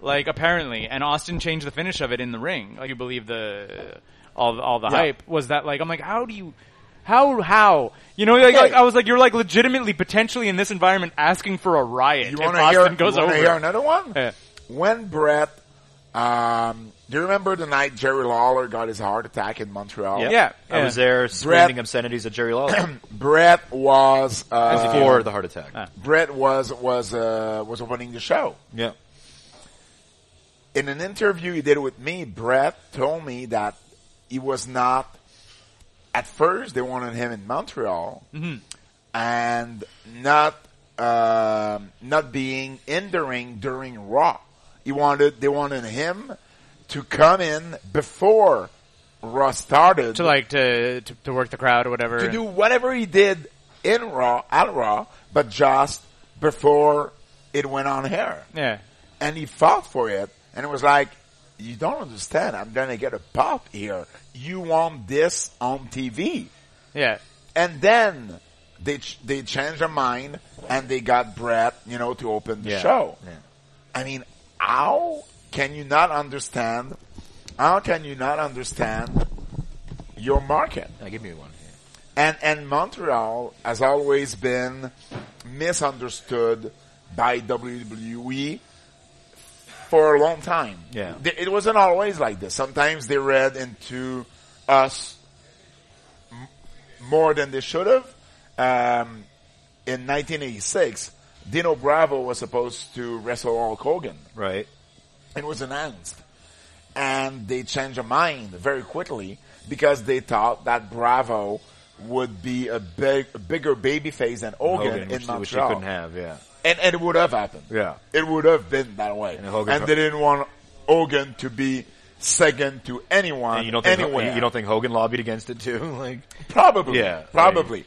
Speaker 2: like apparently, and Austin changed the finish of it in the ring. Like you believe the all all the hype was that like I'm like how do you how how you know like,
Speaker 3: Okay.
Speaker 2: like I was like you're like legitimately potentially in this environment asking for a riot
Speaker 3: You
Speaker 2: if
Speaker 3: want to
Speaker 2: Austin
Speaker 3: hear?
Speaker 2: goes
Speaker 3: you wanna
Speaker 2: over.
Speaker 3: hear another one?
Speaker 2: Yeah.
Speaker 3: When Brett um, Do you remember the night Jerry Lawler got his heart attack in Montreal?
Speaker 2: Yep. Yeah,
Speaker 4: I
Speaker 2: yeah.
Speaker 4: was there
Speaker 3: Brett-
Speaker 4: screaming obscenities at Jerry Lawler
Speaker 3: Brett was uh,
Speaker 4: before the heart attack.
Speaker 3: Brett was was uh, was opening the show.
Speaker 4: Yeah.
Speaker 3: in an interview he did with me, Brett told me that he was not. At first, they wanted him in Montreal,
Speaker 2: Mm-hmm.
Speaker 3: and not um not being in the ring during Raw. He wanted they wanted him to come in before Raw
Speaker 2: *laughs*
Speaker 3: started
Speaker 2: to like to, to to work the crowd or whatever.
Speaker 3: to do whatever he did in Raw at Raw, but just before it went on air
Speaker 2: yeah.
Speaker 3: and he fought for it. And it was like, you don't understand. I'm gonna get a pop here. You want this on TV?
Speaker 2: Yeah.
Speaker 3: And then they ch- they changed their mind and they got Brett, you know, to open the
Speaker 4: Yeah.
Speaker 3: show.
Speaker 4: Yeah.
Speaker 3: I mean, how can you not understand? How can you not understand your market?
Speaker 4: Now give me one.
Speaker 3: And and Montreal has always been misunderstood by WWE for a long time.
Speaker 4: Yeah.
Speaker 3: Th- it wasn't always like this. Sometimes they read into us m- more than they should have. Um, in 1986, Dino Bravo was supposed to wrestle Hulk Hogan.
Speaker 4: Right.
Speaker 3: It was announced. And they changed their mind very quickly because they thought that Bravo would be a big, a bigger babyface than Hogan,
Speaker 4: Hogan,
Speaker 3: in
Speaker 4: which,
Speaker 3: Montreal.
Speaker 4: which he couldn't have. Yeah.
Speaker 3: And, and it would have happened.
Speaker 4: Yeah.
Speaker 3: It would have been that way.
Speaker 4: And
Speaker 3: And,
Speaker 4: Hogan pro-
Speaker 3: they didn't want Hogan to be second to anyone.
Speaker 4: And you don't think
Speaker 3: anywhere.
Speaker 4: you don't think Hogan lobbied against it too? *laughs* like
Speaker 3: Probably.
Speaker 4: Yeah,
Speaker 3: Probably.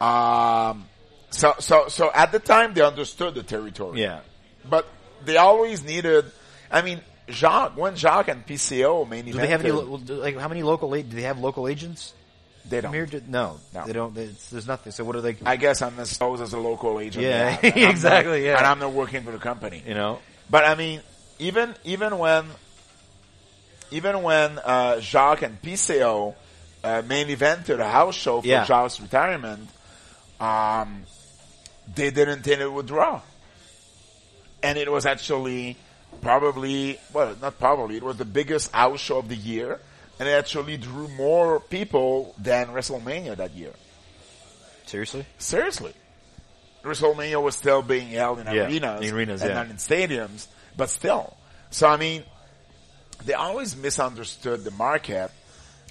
Speaker 3: Um, so, so, so at the time they understood the territory.
Speaker 4: Yeah.
Speaker 3: But they always needed, I mean, Jacques, when Jacques and PCO mainly
Speaker 4: do they have any lo- like how many local a- do they have local agents?
Speaker 3: They don't.
Speaker 4: Here? Do- no,
Speaker 3: No.
Speaker 4: they don't. It's, there's nothing. So what are they?
Speaker 3: I guess I'm exposed as a local agent.
Speaker 4: Yeah,
Speaker 3: And I'm not-
Speaker 4: *laughs* exactly, yeah.
Speaker 3: And I'm not working for the company.
Speaker 4: You know.
Speaker 3: But I mean, even even when even when uh, Jacques and PCO uh, main evented a house show for
Speaker 4: Yeah.
Speaker 3: Jacques' retirement, um, they didn't think it would draw, and it was actually probably well, not probably it was the biggest house show of the year, and it actually drew more people than WrestleMania that year.
Speaker 4: Seriously.
Speaker 3: Seriously. WrestleMania was still being held in
Speaker 4: Yeah,
Speaker 3: arenas,
Speaker 4: in arenas,
Speaker 3: and
Speaker 4: yeah.
Speaker 3: not in stadiums, but still. So I mean, they always misunderstood the market,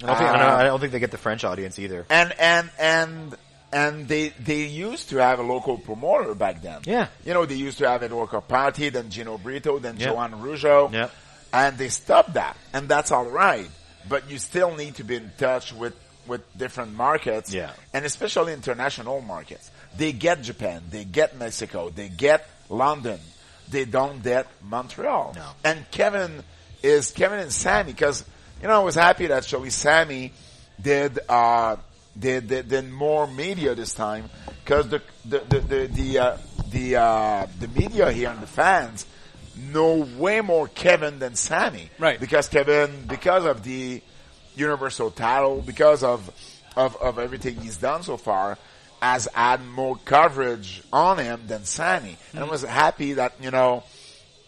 Speaker 4: I don't, think, I,
Speaker 3: Uh,
Speaker 4: don't, I don't think they get the French audience either.
Speaker 3: and and and and they they used to have a local promoter back then.
Speaker 4: Yeah.
Speaker 3: you know they used to have Eduardo Party, then Gino Brito, then
Speaker 4: Yeah.
Speaker 3: Joan Rougeau,
Speaker 4: Yeah.
Speaker 3: and they stopped that, and that's all right. But you still need to be in touch with with different markets,
Speaker 4: Yeah.
Speaker 3: and especially international markets. They get Japan, they get Mexico, they get London, they don't get Montreal.
Speaker 4: No.
Speaker 3: And Kevin is Kevin and Sammy because you know I was happy that Joey Sammy did uh did did, did more media this time because the the the the the, uh, the, uh, the media here and the fans know way more Kevin than Sammy
Speaker 2: Right.
Speaker 3: because Kevin because of the universal title because of of of everything he's done so far has had more coverage on him than Sammy and I was happy that you know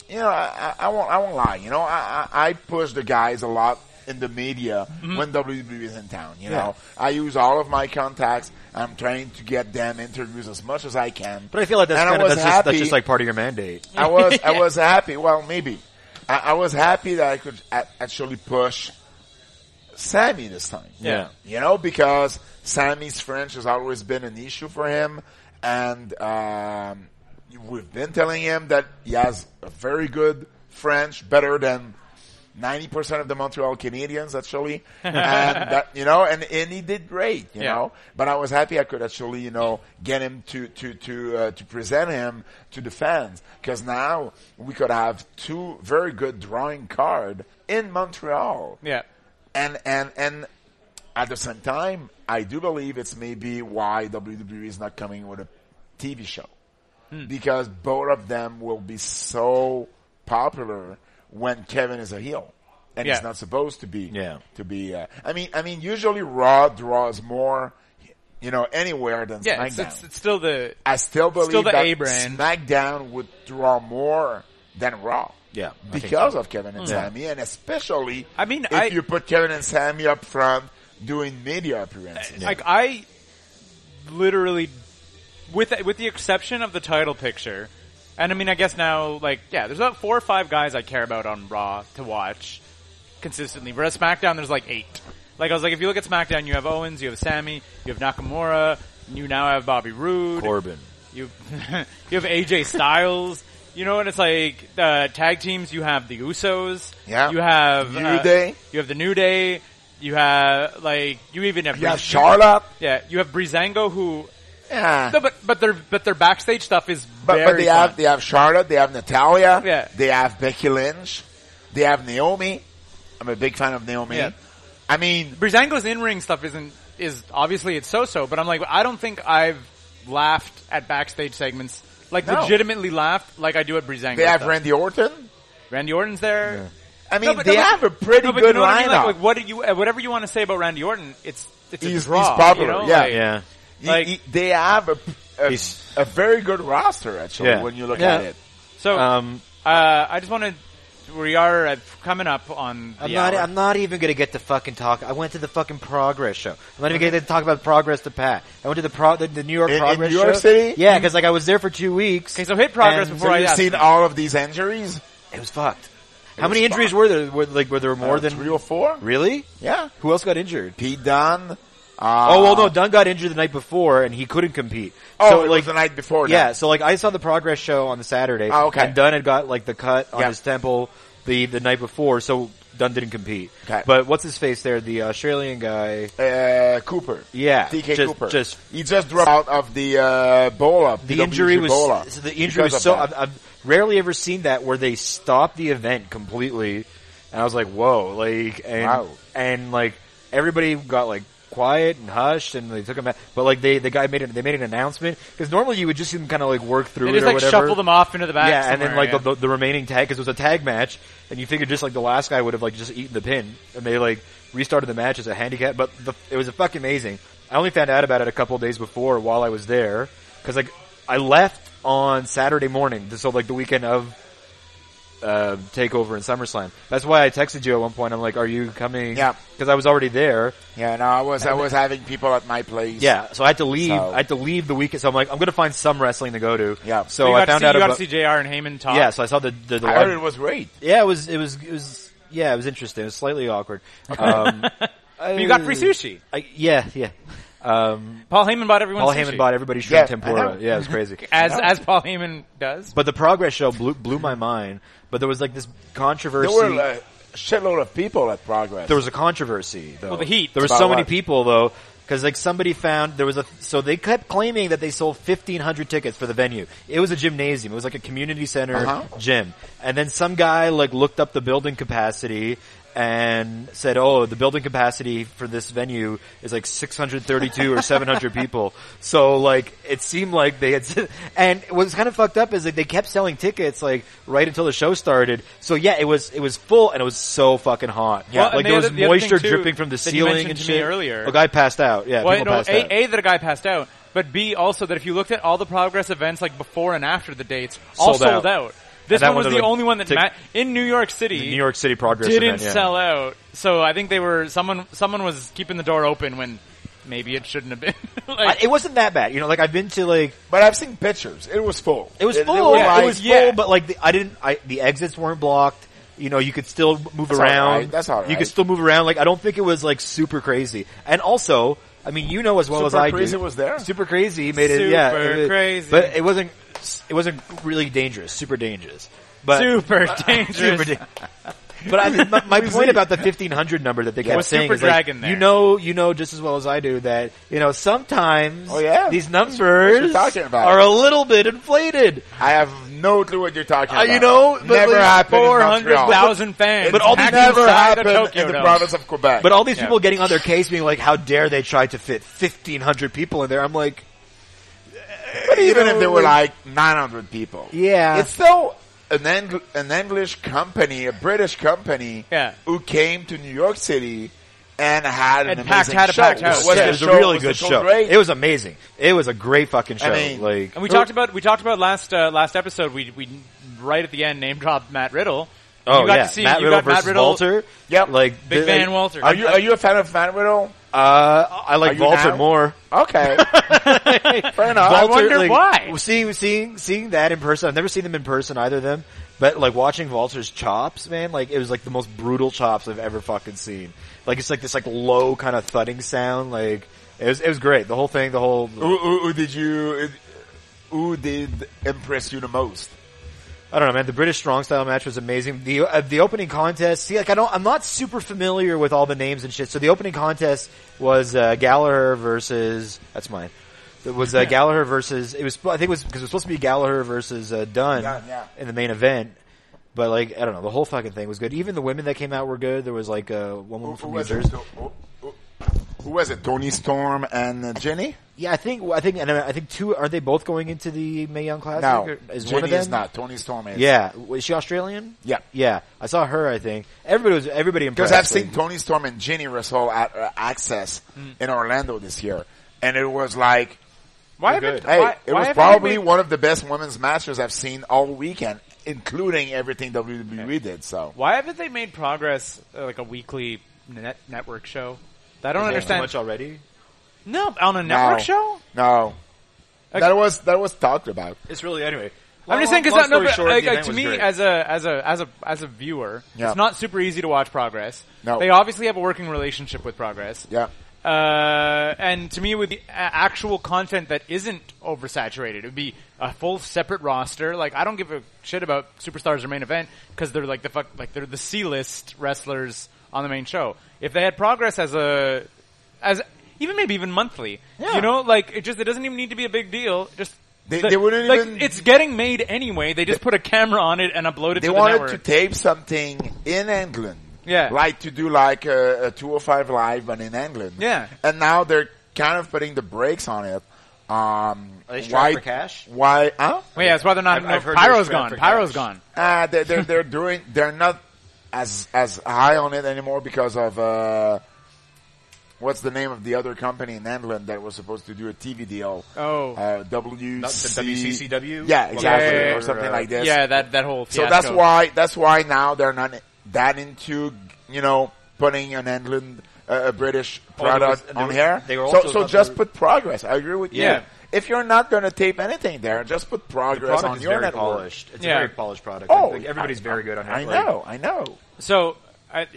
Speaker 3: you know, I, I I won't, I won't lie. You know, I, I, I push the guys a lot in the media when WWE is in town. You know, I use all of my contacts. I'm trying to get them interviews as much as I can.
Speaker 4: But I feel like that's
Speaker 3: And
Speaker 4: kind of
Speaker 3: was
Speaker 4: that's just, that's
Speaker 3: happy-
Speaker 4: just like part of your mandate.
Speaker 3: I was, I was happy. Well, maybe I, I was happy that I could a- actually push Sammy this time.
Speaker 4: Yeah.
Speaker 3: You know, because Sammy's French has always been an issue for him, and um, we've been telling him that he has a very good French, better than ninety percent of the Montreal Canadians actually, and that you know, and, and he did great, you
Speaker 2: Yeah.
Speaker 3: know. But I was happy I could actually, you know, get him to to to uh, to present him to the fans because now we could have two very good drawing card in Montreal
Speaker 2: Yeah.
Speaker 3: and and and at the same time, I do believe it's maybe why WWE is not coming with a TV show
Speaker 2: Hmm.
Speaker 3: because both of them will be so popular when Kevin is a heel and
Speaker 2: Yeah.
Speaker 3: he's not supposed to be.
Speaker 4: Yeah.
Speaker 3: to be. Uh, I mean, I mean, usually Raw draws more, you know, anywhere than
Speaker 2: Yeah.
Speaker 3: SmackDown.
Speaker 2: It's, it's, it's still the
Speaker 3: I still believe
Speaker 2: the
Speaker 3: that
Speaker 2: A brand.
Speaker 3: SmackDown would draw more than Raw.
Speaker 4: Yeah, I think
Speaker 3: because of Kevin and Sammy, and especially
Speaker 2: I mean,
Speaker 3: if
Speaker 2: I-
Speaker 3: you put Kevin and Sammy up front doing media appearances.
Speaker 2: Eh, Like I literally, with with the exception of the title picture, and I mean, I guess now, like, yeah, there's about four or five guys I care about on Raw to watch consistently. Whereas SmackDown, there's like eight. Like I was like, if you look at SmackDown, you have Owens, you have Sammy, you have Nakamura, you now have Bobby Roode,
Speaker 4: Corbin.
Speaker 2: you *laughs* you have AJ Styles. You know, and it's like uh, tag teams. You have the Usos.
Speaker 3: Yeah.
Speaker 2: You have
Speaker 3: New
Speaker 2: uh,
Speaker 3: Day.
Speaker 2: You have the New Day. You have like you even have
Speaker 3: you have
Speaker 2: Breeze-
Speaker 3: Charlotte.
Speaker 2: yeah, you have Brizango who,
Speaker 3: Yeah.
Speaker 2: no, but but their but their backstage stuff is
Speaker 3: But,
Speaker 2: very
Speaker 3: but they
Speaker 2: fun.
Speaker 3: have they have Charlotte, they have Natalia,
Speaker 2: Yeah.
Speaker 3: they have Becky Lynch, they have Naomi. I'm a big fan of Naomi.
Speaker 2: Yeah.
Speaker 3: I mean,
Speaker 2: Breezango's in ring stuff isn't is obviously it's so so, but I'm like I don't think I've laughed at backstage segments like
Speaker 3: No.
Speaker 2: legitimately laughed like I do at Breezango.
Speaker 3: they have
Speaker 2: stuff.
Speaker 3: Randy Orton.
Speaker 2: Randy Orton's there.
Speaker 3: I mean,
Speaker 2: No, but-
Speaker 3: they
Speaker 2: no, but-
Speaker 3: have a pretty
Speaker 2: No, but you
Speaker 3: good
Speaker 2: know what I mean?
Speaker 3: lineup.
Speaker 2: Like, like, what do you uh, whatever you want to say about Randy Orton, it's it's a
Speaker 3: He's- he's
Speaker 2: draw. you
Speaker 3: popular,
Speaker 2: know?
Speaker 3: yeah.
Speaker 2: Like,
Speaker 4: Yeah.
Speaker 3: He-
Speaker 2: like-
Speaker 3: he- they have a, a,
Speaker 4: He's-
Speaker 3: a very good roster actually
Speaker 4: Yeah.
Speaker 3: when you look
Speaker 4: Yeah.
Speaker 3: at it.
Speaker 2: So
Speaker 4: Um,
Speaker 2: uh, I just want to we are uh, coming up on. The
Speaker 4: I'm not.
Speaker 2: hour.
Speaker 4: I'm not even gonna get to fucking talk. I went to the fucking progress show. I'm not even gonna get to talk about progress to Pat. I went to the pro the, the New York
Speaker 3: In- in
Speaker 4: progress
Speaker 3: New York
Speaker 4: show.
Speaker 3: City?
Speaker 4: Yeah, because like I was there for two weeks.
Speaker 2: okay, so hit progress
Speaker 4: And
Speaker 2: before
Speaker 4: so
Speaker 2: I
Speaker 3: You've
Speaker 2: ask.
Speaker 3: seen all of these injuries,
Speaker 4: It was fucked. How
Speaker 3: was
Speaker 4: many injuries
Speaker 3: fucked.
Speaker 4: were there? Were like were there more
Speaker 3: Uh,
Speaker 4: than
Speaker 3: three or four.
Speaker 4: really?
Speaker 3: Yeah,
Speaker 4: Who else got injured?
Speaker 3: Pete Dunne. Uh,
Speaker 4: Oh well, no, Dunn got injured the night before and he couldn't compete.
Speaker 3: Oh,
Speaker 4: so,
Speaker 3: it
Speaker 4: like
Speaker 3: was the night before.
Speaker 4: yeah,
Speaker 3: that.
Speaker 4: so like I saw the progress show on the Saturday.
Speaker 3: Oh, okay.
Speaker 4: And Dunn had got like the cut on
Speaker 3: Yeah.
Speaker 4: his temple the the night before, so Dunn didn't compete.
Speaker 3: Okay.
Speaker 4: But what's his face there? The Australian guy.
Speaker 3: uh, Cooper.
Speaker 4: Yeah,
Speaker 3: DK
Speaker 4: just-
Speaker 3: Cooper.
Speaker 4: just-
Speaker 3: he just dropped out of the uh, Bola.
Speaker 4: The injury was
Speaker 3: Bola
Speaker 4: so the injury was
Speaker 3: because
Speaker 4: so
Speaker 3: of that.
Speaker 4: I've, I've rarely ever seen that where they stop the event completely, and I was like, whoa, like and
Speaker 3: Wow.
Speaker 4: and like everybody got like quiet and hushed and they took him out but like they the guy made it they made an announcement because normally you would just see them kind of like work through
Speaker 2: They
Speaker 4: it
Speaker 2: just
Speaker 4: or
Speaker 2: like
Speaker 4: whatever
Speaker 2: shuffle them off into the back.
Speaker 4: yeah, and then
Speaker 2: somewhere,
Speaker 4: like
Speaker 2: yeah.
Speaker 4: the, the remaining tag because it was a tag match, and you figured just like the last guy would have like just eaten the pin, and they like restarted the match as a handicap. But the, it was fucking amazing. I only found out about it a couple days before while I was there because like I left on Saturday morning, so like the weekend of uh, Takeover and SummerSlam. That's why I texted you at one point. I'm like, "Are you coming?"
Speaker 3: Yeah.
Speaker 4: because I was already there.
Speaker 3: yeah, no, I was I was having people at my place.
Speaker 4: Yeah, so I had to leave.
Speaker 3: So-
Speaker 4: I had to leave the weekend. So I'm like, I'm gonna find some wrestling to go to.
Speaker 3: Yeah.
Speaker 4: So,
Speaker 2: you got
Speaker 4: Oh, I
Speaker 2: to
Speaker 4: found
Speaker 2: see,
Speaker 4: out
Speaker 2: you got
Speaker 4: about.
Speaker 2: to see Jr. and Heyman talk.
Speaker 4: yeah, so I saw the the, the
Speaker 3: I
Speaker 4: live-
Speaker 3: heard it was great.
Speaker 4: Yeah, it was. It was. It was. Yeah, it was interesting. It was slightly awkward.
Speaker 3: *laughs*
Speaker 4: Um,
Speaker 2: you got free sushi.
Speaker 4: I, yeah, yeah. Um,
Speaker 2: Paul Heyman bought everyone.
Speaker 4: Paul
Speaker 2: sushi.
Speaker 4: Heyman bought everybody shrimp
Speaker 3: Yeah, I know.
Speaker 4: tempura. Yeah, it
Speaker 3: *laughs*
Speaker 4: was crazy.
Speaker 2: as as Paul Heyman does.
Speaker 4: but the progress show blew, blew my mind. But there was like this
Speaker 3: There
Speaker 4: controversy.
Speaker 3: were a shitload of people at Progress.
Speaker 4: There was a controversy though.
Speaker 2: Well, the heat.
Speaker 4: There were
Speaker 3: About
Speaker 4: so many
Speaker 3: what?
Speaker 4: people though, because like somebody found there was a. So they kept claiming that they sold fifteen hundred tickets for the venue. It was a gymnasium. It was like a community center
Speaker 3: Uh-huh.
Speaker 4: gym. And then some guy like looked up the building capacity and said, "Oh, the building capacity for this venue is like six hundred thirty-two or
Speaker 3: *laughs*
Speaker 4: seven hundred people." So like it seemed like they had. *laughs* And what's kind of fucked up is like they kept selling tickets like right until the show started. So yeah, it was it was full and it was so fucking hot. Yeah,
Speaker 2: Well, and
Speaker 4: like
Speaker 2: the
Speaker 4: there was
Speaker 2: other- the other
Speaker 4: moisture
Speaker 2: thing, too,
Speaker 4: dripping from the
Speaker 2: that you
Speaker 4: ceiling
Speaker 2: mentioned
Speaker 4: and
Speaker 2: to me
Speaker 4: shit
Speaker 2: earlier-
Speaker 4: A guy passed out. Yeah,
Speaker 2: Well,
Speaker 4: people
Speaker 2: no,
Speaker 4: passed out.
Speaker 2: a, a that a guy passed out, but B also that if you looked at all the progress events like before and after the dates, all
Speaker 4: Sold
Speaker 2: sold,
Speaker 4: out.
Speaker 2: out. This
Speaker 4: And that
Speaker 2: one was
Speaker 4: one
Speaker 2: the
Speaker 4: was-
Speaker 2: only one that
Speaker 4: tick-
Speaker 2: ma- in New York City.
Speaker 4: The New York City progress
Speaker 2: didn't
Speaker 4: event, yeah.
Speaker 2: sell out, so I think they were someone. Someone was keeping the door open when maybe it shouldn't have been. *laughs*
Speaker 4: I-
Speaker 2: like,
Speaker 4: it wasn't that bad, you know. Like I've been to like
Speaker 3: but I've seen pictures. It was full.
Speaker 4: It was full. It,
Speaker 3: was like-
Speaker 4: was full,
Speaker 2: yeah.
Speaker 4: but like the, I didn't. I the exits weren't blocked. You know, you could still move
Speaker 3: That's all
Speaker 4: around.
Speaker 3: right. That's all
Speaker 4: You
Speaker 3: right.
Speaker 4: could still move around. Like I don't think it was like super crazy. And also, I mean, you know as well as
Speaker 3: Super
Speaker 4: I do.
Speaker 3: Crazy was there.
Speaker 4: Super crazy made it. yeah,
Speaker 2: Super
Speaker 4: it was-
Speaker 2: Crazy.
Speaker 4: But it wasn't. It wasn't really dangerous. Super dangerous. But
Speaker 2: super dangerous.
Speaker 4: *laughs* Super dan- but I, my, my point about the fifteen hundred number that they kept
Speaker 2: With
Speaker 4: saying
Speaker 2: Super
Speaker 4: is like,
Speaker 2: Dragon there.
Speaker 4: you know, you know just as well as I do that you know sometimes
Speaker 3: Oh, yeah.
Speaker 4: these
Speaker 3: That's what we're
Speaker 4: numbers
Speaker 3: talking about.
Speaker 4: are a little bit inflated.
Speaker 3: I have no clue what you're talking
Speaker 4: Uh,
Speaker 3: about.
Speaker 4: you know, but
Speaker 3: never
Speaker 4: like
Speaker 3: happened. in
Speaker 2: Four hundred
Speaker 3: Montreal.
Speaker 2: thousand fans,
Speaker 4: But all these
Speaker 2: packed
Speaker 3: never
Speaker 2: inside of
Speaker 3: happened
Speaker 2: Tokyo
Speaker 3: in the
Speaker 2: Dome.
Speaker 3: province of Quebec.
Speaker 4: But all these
Speaker 2: Yeah.
Speaker 4: people getting on their case, being like, "How dare they try to fit fifteen hundred people in there?" I'm like,
Speaker 3: But even
Speaker 4: know,
Speaker 3: if there were
Speaker 4: like-
Speaker 3: like 900 people.
Speaker 4: Yeah.
Speaker 3: It's still an, Eng- an English company, a British company,
Speaker 2: Yeah.
Speaker 3: who came to New York City and had an
Speaker 2: And packed-
Speaker 3: amazing
Speaker 2: had a
Speaker 3: show.
Speaker 2: packed house. Yeah,
Speaker 3: Was the
Speaker 4: it was
Speaker 3: show-
Speaker 4: a really
Speaker 3: was the
Speaker 4: good show.
Speaker 3: Great?
Speaker 4: It was amazing. It was a great fucking show.
Speaker 3: mean-
Speaker 4: like
Speaker 2: And we talked about we talked about last uh, last episode. We we right at the end name dropped Matt Riddle.
Speaker 4: oh
Speaker 2: you got
Speaker 4: yeah,
Speaker 2: to see
Speaker 4: Matt
Speaker 2: you
Speaker 4: Riddle
Speaker 2: got Matt
Speaker 4: versus
Speaker 2: Riddle.
Speaker 4: Walter.
Speaker 3: Yep.
Speaker 4: like
Speaker 2: Big
Speaker 4: they-
Speaker 2: Van Walter.
Speaker 3: are you are you a fan of Matt
Speaker 4: *laughs*
Speaker 3: Riddle?
Speaker 4: Uh, I
Speaker 3: Are
Speaker 4: like
Speaker 3: you
Speaker 4: Walter
Speaker 3: now?
Speaker 4: more.
Speaker 3: Okay, fair enough.
Speaker 2: I wonder why.
Speaker 4: Seeing seeing seeing that in person, I've never seen them in person either of them. But like watching Walter's chops, man, like it was like the most brutal chops I've ever fucking seen. Like it's like this like low kind of thudding sound. Like it was it was great. The whole thing, the whole
Speaker 3: Who, who, who did you? Who did impress you the most?
Speaker 4: I don't know, man. The British strong style match was amazing. The uh, the opening contest. See, like I don't, I'm not super familiar with all the names and shit. So the opening contest was uh, Gallagher versus that's mine. It was
Speaker 3: *laughs*
Speaker 4: uh, Gallagher versus it was I think it was because it was supposed to be Gallagher versus uh, Dunn
Speaker 3: Dunn, yeah.
Speaker 4: in the main event. But like I don't know, the whole fucking thing was good. Even the women that came out were good. There was like uh, one
Speaker 3: Who,
Speaker 4: woman
Speaker 3: who
Speaker 4: from New
Speaker 3: was
Speaker 4: Jersey.
Speaker 3: it? Who, who- oh, who was it? Tony Storm and uh, Jenny?
Speaker 4: Yeah, I think I think and I think two are they both going into the Mae Young Classic?
Speaker 3: No,
Speaker 4: or is
Speaker 3: Jenny
Speaker 4: one of them
Speaker 3: is not. Tony Storm is.
Speaker 4: Yeah, was she Australian?
Speaker 3: Yeah.
Speaker 4: yeah. I saw her. I think everybody was everybody impressed.
Speaker 3: Because I've seen
Speaker 4: Like,
Speaker 3: Tony Storm and Ginny Russell at uh, Access in Orlando this year, and it was like,
Speaker 2: Why
Speaker 4: You're
Speaker 2: haven't-
Speaker 4: good.
Speaker 3: hey,
Speaker 2: why-
Speaker 3: it
Speaker 2: why
Speaker 3: was
Speaker 2: haven't
Speaker 3: probably
Speaker 2: you made-
Speaker 3: one of the best women's matches I've seen all weekend, including everything WWE did. So
Speaker 2: Why haven't they made progress uh, like a weekly net, network show? I don't
Speaker 4: they have
Speaker 2: understand.
Speaker 4: too much already.
Speaker 2: No, on a network
Speaker 3: No.
Speaker 2: show.
Speaker 3: no,
Speaker 2: Okay.
Speaker 3: that was that was talked about.
Speaker 4: It's really anyway.
Speaker 2: I'm just saying because
Speaker 4: long
Speaker 2: no,
Speaker 4: story
Speaker 2: but,
Speaker 4: short,
Speaker 2: like,
Speaker 4: the
Speaker 2: like,
Speaker 4: event
Speaker 2: to
Speaker 4: was
Speaker 2: me
Speaker 4: great.
Speaker 2: as a as a as a as a viewer,
Speaker 3: Yeah.
Speaker 2: it's not super easy to watch progress.
Speaker 3: No.
Speaker 2: They obviously have a working relationship with progress.
Speaker 3: Yeah.
Speaker 2: Uh, and to me, with the a- actual content that isn't oversaturated, it would be a full separate roster. Like I don't give a shit about superstars or main event because they're like the fuck, like they're the C list wrestlers on the main show. If they had progress as a, as even maybe even monthly, you know, like it just it doesn't even need to be a big deal. Just
Speaker 3: They-
Speaker 2: the-
Speaker 3: they wouldn't
Speaker 2: like,
Speaker 3: even-
Speaker 2: It's getting made anyway. They just put a camera on it and upload it.
Speaker 3: They
Speaker 2: to
Speaker 3: wanted
Speaker 2: the
Speaker 3: to
Speaker 2: network.
Speaker 3: tape something in England.
Speaker 2: Yeah.
Speaker 3: Like to do like a, a 205 live, but in England.
Speaker 2: Yeah.
Speaker 3: And now they're kind of putting the brakes on it. Um,
Speaker 4: Are they strapped
Speaker 3: why,
Speaker 4: for cash?
Speaker 3: why, huh?
Speaker 2: Well, yeah, that's why they're not.
Speaker 4: I've-
Speaker 2: no,
Speaker 4: I've heard
Speaker 2: Pyro's
Speaker 4: there's
Speaker 2: gone.
Speaker 4: traffic
Speaker 2: Pyro's
Speaker 4: outage.
Speaker 2: gone.
Speaker 3: Uh, they're, they're, they're doing, they're not as, as high on it anymore because of, uh, what's the name of the other company in England that was supposed to do a TV deal?
Speaker 2: Oh.
Speaker 3: Uh, WC.
Speaker 4: Not the WCCW?
Speaker 3: Yeah, exactly.
Speaker 2: yeah, yeah,
Speaker 3: or something
Speaker 4: yeah.
Speaker 3: like this.
Speaker 2: Yeah, that that whole.
Speaker 3: So
Speaker 2: fiasco.
Speaker 3: that's why that's why now they're not that into you know putting an England uh, a British
Speaker 4: Oh, there was-
Speaker 3: product
Speaker 4: there
Speaker 3: on
Speaker 4: was-
Speaker 3: here.
Speaker 4: they were
Speaker 3: so
Speaker 4: also
Speaker 3: so
Speaker 4: not-
Speaker 3: just put progress. I agree with
Speaker 2: Yeah.
Speaker 3: you. If you're not going to tape anything there, just put
Speaker 4: the
Speaker 3: progress
Speaker 4: product
Speaker 3: on
Speaker 4: is
Speaker 3: your
Speaker 4: very
Speaker 3: network.
Speaker 4: polished. It's
Speaker 2: Yeah.
Speaker 4: a very polished product.
Speaker 3: Oh,
Speaker 4: like, everybody's very good on it.
Speaker 3: I
Speaker 4: Like,
Speaker 3: know, I know.
Speaker 2: So I,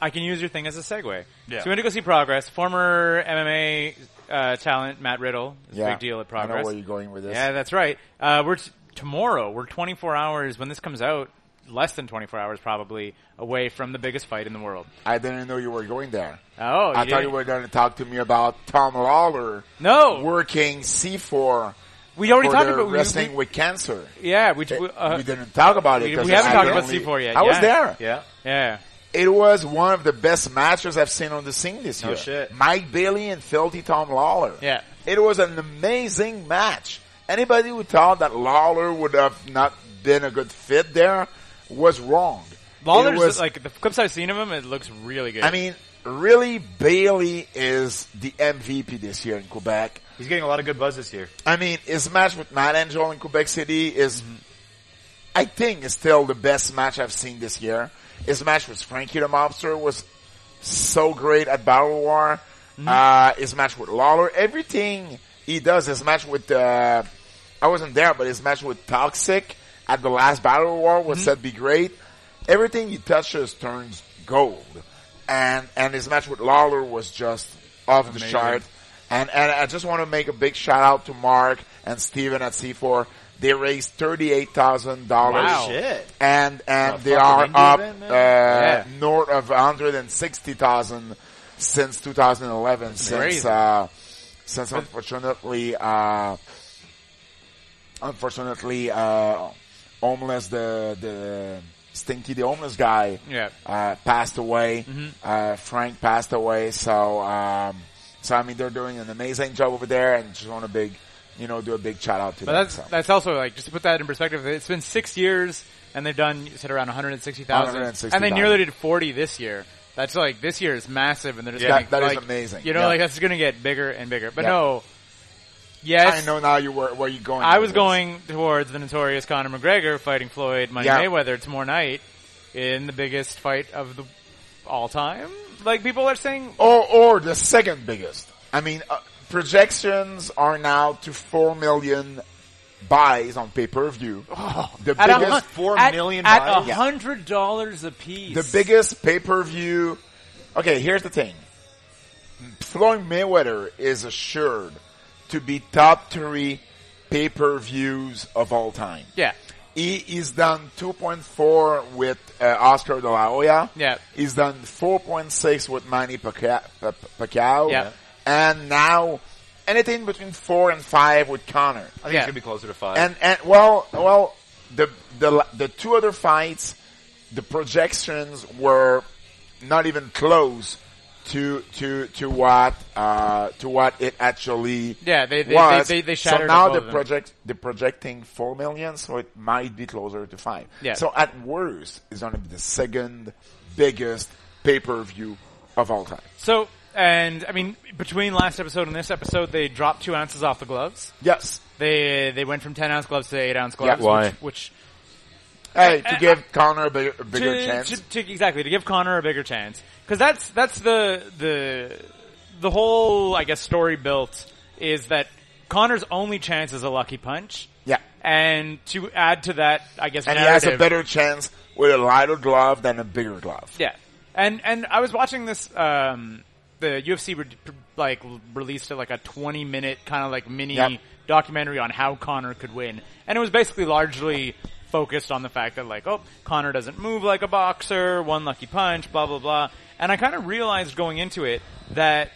Speaker 2: I can use your thing as a segue.
Speaker 4: Yeah.
Speaker 2: So we went to go see Progress. Former MMA uh, talent Matt Riddle, is a
Speaker 3: Yeah,
Speaker 2: big deal at
Speaker 3: I
Speaker 2: Progress.
Speaker 3: know where you're going with this.
Speaker 2: yeah, that's right. Uh, we're t- tomorrow. We're 24 hours when this comes out. Less than 24 hours, probably away from the biggest fight in the world.
Speaker 3: I didn't know you were going there.
Speaker 2: Oh,
Speaker 3: I thought
Speaker 2: didn't-
Speaker 3: you were going to talk to me about Tom Lawler
Speaker 2: No.
Speaker 3: working C4
Speaker 2: We already
Speaker 3: for
Speaker 2: talked
Speaker 3: their
Speaker 2: about we-
Speaker 3: wrestling Eh,
Speaker 2: we-
Speaker 3: with cancer.
Speaker 2: Yeah, we,
Speaker 3: We,
Speaker 2: we, uh,
Speaker 3: didn't talk about it.
Speaker 2: we-
Speaker 3: 'cause
Speaker 2: we haven't
Speaker 3: I
Speaker 2: talked about
Speaker 3: only-
Speaker 2: C4 yet,
Speaker 3: I was
Speaker 2: yeah.
Speaker 3: there.
Speaker 4: Yeah.
Speaker 2: yeah.
Speaker 3: It was one of the best matches I've seen on the scene this
Speaker 4: No
Speaker 3: year.
Speaker 4: shit.
Speaker 3: Mike Bailey and Filthy Tom Lawler.
Speaker 2: Yeah.
Speaker 3: It was an amazing match. Anybody who thought that Lawler would have not been a good fit there was wrong.
Speaker 2: Lawler's
Speaker 3: It was,
Speaker 2: like the clips I've seen of him. It looks really good.
Speaker 3: I mean, really, Bailey is the MVP this year in Quebec.
Speaker 4: He's getting a lot of good buzz this year.
Speaker 3: I mean, his match with Matt Angel in Quebec City is, I think, is still the best match I've seen this year. His match with Frankie the Mobster was so great at Battle War. Uh, his match with Lawler, everything he does, his match with, uh, I wasn't there, but his match with Toxic at the last Battle War was said to be great. Everything he touches turns gold. And, and his match with Lawler was just off the chart. And, and I just want to make a big shout out to Mark and Steven at C4. They raised $38,000.
Speaker 2: Wow.
Speaker 4: Shit.
Speaker 3: And, and
Speaker 4: A
Speaker 3: they
Speaker 4: fucking
Speaker 3: are
Speaker 4: indie
Speaker 3: up,
Speaker 4: event, man.
Speaker 3: uh,
Speaker 2: Yeah.
Speaker 3: north of 160,000 since 2011, since,
Speaker 2: crazy.
Speaker 3: uh, since unfortunately, uh, unfortunately, uh, homeless, the, the stinky, the homeless guy,
Speaker 2: Yeah. Mm-hmm.
Speaker 3: uh, passed away. Uh, Frank passed away. So, um, so I mean, they're doing an amazing job over there and just want to big, you know, do a big shout out to
Speaker 2: But
Speaker 3: them.
Speaker 2: that's
Speaker 3: so.
Speaker 2: that's also like just to put that in perspective. It's been six years, and they've done you said around one hundred and sixty thousand, and they
Speaker 3: 160,000.
Speaker 2: nearly did forty this year. That's like this year is massive, and they're just
Speaker 3: Yeah.
Speaker 2: gonna,
Speaker 3: That- that is
Speaker 2: like,
Speaker 3: amazing.
Speaker 2: You know,
Speaker 3: Yeah.
Speaker 2: like that's going to get bigger and bigger. But
Speaker 3: Yeah.
Speaker 2: no, yes,
Speaker 3: I know now you were where you going.
Speaker 2: I
Speaker 3: with
Speaker 2: was
Speaker 3: this.
Speaker 2: going towards the notorious Conor McGregor fighting Floyd Money
Speaker 3: Yeah.
Speaker 2: Mayweather tomorrow night in the biggest fight of the all time. Like people are saying,
Speaker 3: or or the second biggest. I mean, uh, projections are now to four million buys on pay per view. the
Speaker 2: Oh, at a
Speaker 3: biggest,
Speaker 2: hun-
Speaker 4: four
Speaker 2: at,
Speaker 4: million
Speaker 2: at
Speaker 4: buys?
Speaker 2: a hundred dollars a piece.
Speaker 3: the biggest pay per view. Okay, here's the thing. Floyd Mayweather is assured to be top three pay per views of all time.
Speaker 2: yeah,
Speaker 3: He is done 2.4 with uh, Oscar De La Hoya.
Speaker 2: Yeah.
Speaker 3: He's done 4.6 with Manny Pacquiao. Pa- Pacquiao.
Speaker 2: Yeah.
Speaker 3: And now anything between 4 and 5 with Connor.
Speaker 4: I think
Speaker 2: Yeah.
Speaker 4: it's gonna be closer to five.
Speaker 3: And, and well, well, the, the, la- the two other fights, the projections were not even close to, to, to what, uh, to what it actually
Speaker 2: Yeah, they- they-
Speaker 3: was.
Speaker 2: they- they- they
Speaker 3: so
Speaker 2: shattered
Speaker 3: now
Speaker 2: both
Speaker 3: the
Speaker 2: of them.
Speaker 3: project, the projecting four million, so it might be closer to five.
Speaker 2: Yeah.
Speaker 3: So at worst, it's going to be the second biggest pay-per-view of all time.
Speaker 2: So, and I mean, between last episode and this episode, they dropped two ounces off the gloves.
Speaker 3: Yes.
Speaker 2: They they went from ten ounce gloves to eight ounce gloves.
Speaker 3: Yeah, why?
Speaker 2: Which, which
Speaker 3: Hey, to
Speaker 2: I-
Speaker 3: give Connor a bigger, a bigger
Speaker 2: to,
Speaker 3: chance.
Speaker 2: to- to- exactly to give Connor a bigger chance because that's that's the the the whole I guess story built is that Connor's only chance is a lucky punch.
Speaker 3: Yeah.
Speaker 2: and to add to that, I guess
Speaker 3: and he
Speaker 2: narrative,
Speaker 3: has a better chance with a lighter glove than a bigger glove.
Speaker 2: Yeah, and and I was watching this. Um, the UFC re- like released like a twenty minute kind of like mini
Speaker 3: Yep.
Speaker 2: documentary on how Connor could win, and it was basically largely focused on the fact that like, oh, Connor doesn't move like a boxer, one lucky punch, blah blah blah. And I kind of realized going into it that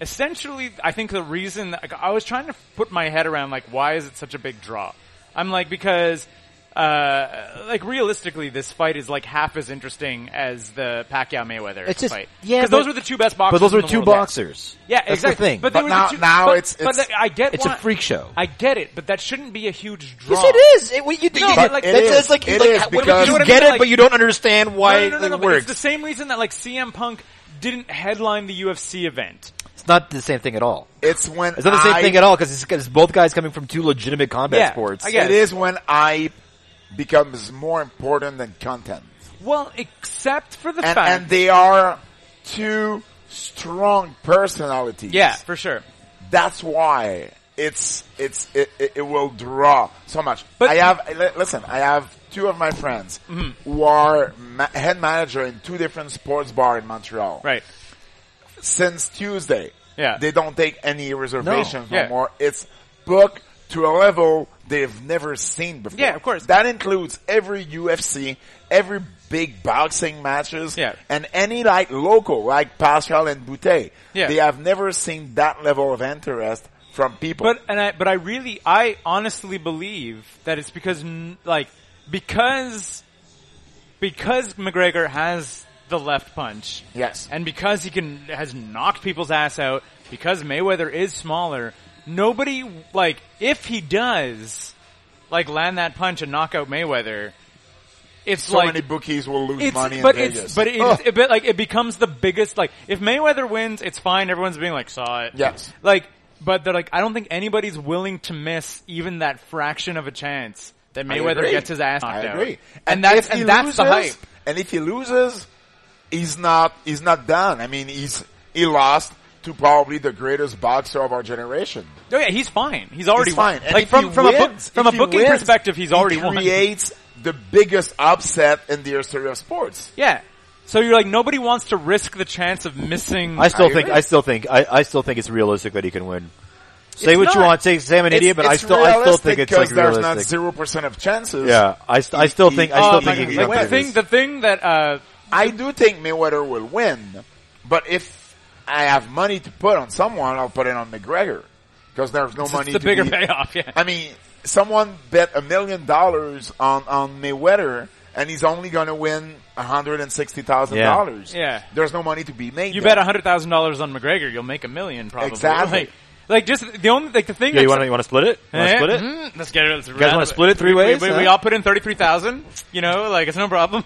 Speaker 2: essentially, I think the reason like, I was trying to put my head around like, why is it such a big draw? I'm like because uh, like realistically, this fight is like half as interesting as the Pacquiao Mayweather
Speaker 4: It's just-
Speaker 2: fight.
Speaker 4: yeah,
Speaker 2: because
Speaker 4: but-
Speaker 2: those were the two best boxers.
Speaker 4: but those
Speaker 2: in
Speaker 4: were
Speaker 2: the
Speaker 4: two
Speaker 2: world.
Speaker 4: boxers.
Speaker 2: Yeah,
Speaker 4: That's the
Speaker 2: exactly.
Speaker 4: thing.
Speaker 2: But, they
Speaker 3: But
Speaker 2: were
Speaker 3: now-
Speaker 2: the two,
Speaker 3: now
Speaker 2: but,
Speaker 3: it's-
Speaker 2: but
Speaker 3: it's-
Speaker 2: the- I get
Speaker 4: it's a
Speaker 2: why-
Speaker 4: freak show.
Speaker 2: I get it, but that shouldn't be a huge draw.
Speaker 4: yes, it is. It, well, you,
Speaker 2: No,
Speaker 4: you-
Speaker 2: but like-
Speaker 4: that's-
Speaker 3: it
Speaker 4: that's
Speaker 3: is.
Speaker 4: like,
Speaker 3: It
Speaker 4: like,
Speaker 3: is,
Speaker 4: how- what-
Speaker 3: because-
Speaker 4: you
Speaker 3: You know what I
Speaker 4: get
Speaker 2: mean?
Speaker 4: it,
Speaker 2: Like-
Speaker 4: but you don't understand
Speaker 2: No,
Speaker 4: why
Speaker 2: no, no, no,
Speaker 4: it
Speaker 2: but
Speaker 4: works.
Speaker 2: It's the same reason that like CM Punk didn't headline the UFC event.
Speaker 4: It's not the same thing at all.
Speaker 3: It's when
Speaker 4: It's not the same
Speaker 3: I,
Speaker 4: thing at all because it's, 'cause both guys coming from two legitimate combat
Speaker 2: Yeah,
Speaker 4: sports.
Speaker 2: I get
Speaker 3: It is when I becomes more important than content,
Speaker 2: Well, except for the
Speaker 3: and,
Speaker 2: fact,
Speaker 3: and they are two strong personalities.
Speaker 2: yeah, for sure.
Speaker 3: that's why it's it's it, it, it will draw so much.
Speaker 2: But-
Speaker 3: I have li- listen. I have two of my friends who are ma- head manager in two different sports bar in Montreal.
Speaker 2: Right.
Speaker 3: Since Tuesday,
Speaker 2: Yeah.
Speaker 3: they don't take any reservations
Speaker 2: No.
Speaker 3: no,
Speaker 2: Yeah.
Speaker 3: more. It's booked to a level they've never seen before.
Speaker 2: Yeah, of course.
Speaker 3: That includes every UFC, every big boxing matches,
Speaker 2: Yeah.
Speaker 3: and any like local, like Pascal and Boutte.
Speaker 2: Yeah.
Speaker 3: They have never seen that level of interest from people.
Speaker 2: But and I but I really I honestly believe that it's because n- like because because McGregor has the left punch.
Speaker 3: Yes.
Speaker 2: And because he can has knocked people's ass out because Mayweather is smaller, nobody like if he does like land that punch and knock out Mayweather, it's
Speaker 3: so
Speaker 2: like
Speaker 3: many bookies will lose
Speaker 2: it's,
Speaker 3: money in
Speaker 2: but
Speaker 3: Vegas.
Speaker 2: it's but it,
Speaker 3: Oh.
Speaker 2: it, but like it becomes the biggest like if Mayweather wins, it's fine. Everyone's being like saw it.
Speaker 3: Yes.
Speaker 2: Like, but they're like, I don't think anybody's willing to miss even that fraction of a chance that Mayweather
Speaker 3: agree.
Speaker 2: gets his ass knocked
Speaker 3: I
Speaker 2: out.
Speaker 3: agree.
Speaker 2: And, that's
Speaker 3: if he
Speaker 2: and that's the hype.
Speaker 3: loses- And if he loses, he's not he's not done. I mean, he's he lost to probably the greatest boxer of our generation.
Speaker 2: Oh yeah, he's fine. He's already
Speaker 3: he's
Speaker 2: won.
Speaker 3: fine. And
Speaker 2: Like
Speaker 3: if
Speaker 2: from
Speaker 3: he
Speaker 2: from a book,
Speaker 3: wins-
Speaker 2: from
Speaker 3: if
Speaker 2: a
Speaker 3: he
Speaker 2: booking
Speaker 3: wins,
Speaker 2: perspective, he's already
Speaker 3: he
Speaker 2: won.
Speaker 3: creates the biggest upset in the history of sports.
Speaker 2: Yeah. So you're like nobody wants to risk the chance of missing.
Speaker 4: I still
Speaker 3: I
Speaker 4: think
Speaker 3: agree.
Speaker 4: I still think I, I still think it's realistic that he can win. Say
Speaker 2: It's
Speaker 4: what you
Speaker 2: not.
Speaker 4: want, say, say I'm an idiot, but I still I still think it's like
Speaker 3: because there's not
Speaker 4: realistic.
Speaker 3: zero percent of chances.
Speaker 4: Yeah, I, st- I still
Speaker 3: He-
Speaker 4: think I
Speaker 3: he-
Speaker 4: still
Speaker 2: Oh,
Speaker 3: don't
Speaker 2: my
Speaker 4: think he
Speaker 2: God.
Speaker 4: can
Speaker 3: God.
Speaker 4: come
Speaker 2: like,
Speaker 4: through
Speaker 2: the thing,
Speaker 4: this.
Speaker 2: the thing that uh,
Speaker 3: I do think Mayweather will win, but if I have money to put on someone, I'll put it on McGregor because there's no money.
Speaker 2: the
Speaker 3: to
Speaker 2: bigger
Speaker 3: be-
Speaker 2: payoff. Yeah.
Speaker 3: I mean, someone bet a million dollars on, on Mayweather and he's only gonna win $160,000.
Speaker 2: Yeah. Yeah.
Speaker 3: There's no money to be made.
Speaker 2: You
Speaker 3: there.
Speaker 2: bet hundred thousand dollars on McGregor, you'll make a million probably.
Speaker 3: Exactly.
Speaker 2: Like, like just the only like the thing.
Speaker 4: Yeah,
Speaker 2: that's-
Speaker 4: you want to you want to split it? You want to
Speaker 2: Eh?
Speaker 4: split it?
Speaker 2: Mhm. Let's get it.
Speaker 4: You guys want to split it three
Speaker 2: We,
Speaker 4: ways?
Speaker 2: we, we
Speaker 4: huh?
Speaker 2: all put in thirty three thousand. You know, like it's no problem.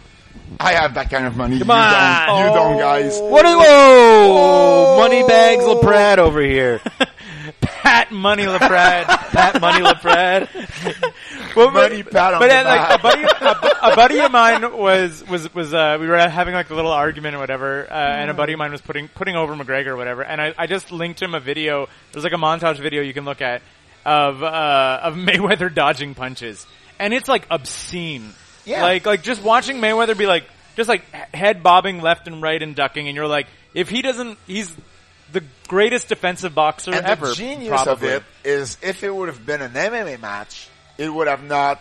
Speaker 3: I have that kind of money.
Speaker 2: Come
Speaker 3: you
Speaker 2: on. Oh,
Speaker 3: Don't, you don't, guys.
Speaker 4: What? Are, whoa! Moneybags Laprad over here.
Speaker 2: Pat Money LaPrade.
Speaker 4: Pat Money Laprad.
Speaker 3: *laughs*
Speaker 2: Well, but-
Speaker 3: Money pat on
Speaker 2: but
Speaker 3: the
Speaker 2: uh, like
Speaker 3: back.
Speaker 2: a buddy, a, bu- a buddy of mine was was was uh, we were having like a little argument or whatever, uh, and a buddy of mine was putting putting over McGregor or whatever, and I, I just linked him a video. There's like a montage video you can look at of uh, of *laughs* Mayweather dodging punches, and it's like obscene.
Speaker 4: Yeah.
Speaker 2: like like just watching Mayweather be like just like h- head bobbing left and right and ducking, and you're like, if he doesn't, he's the greatest defensive boxer
Speaker 3: And
Speaker 2: ever.
Speaker 3: the genius of
Speaker 2: probably.
Speaker 3: it is if it would have been an MMA match, it would have not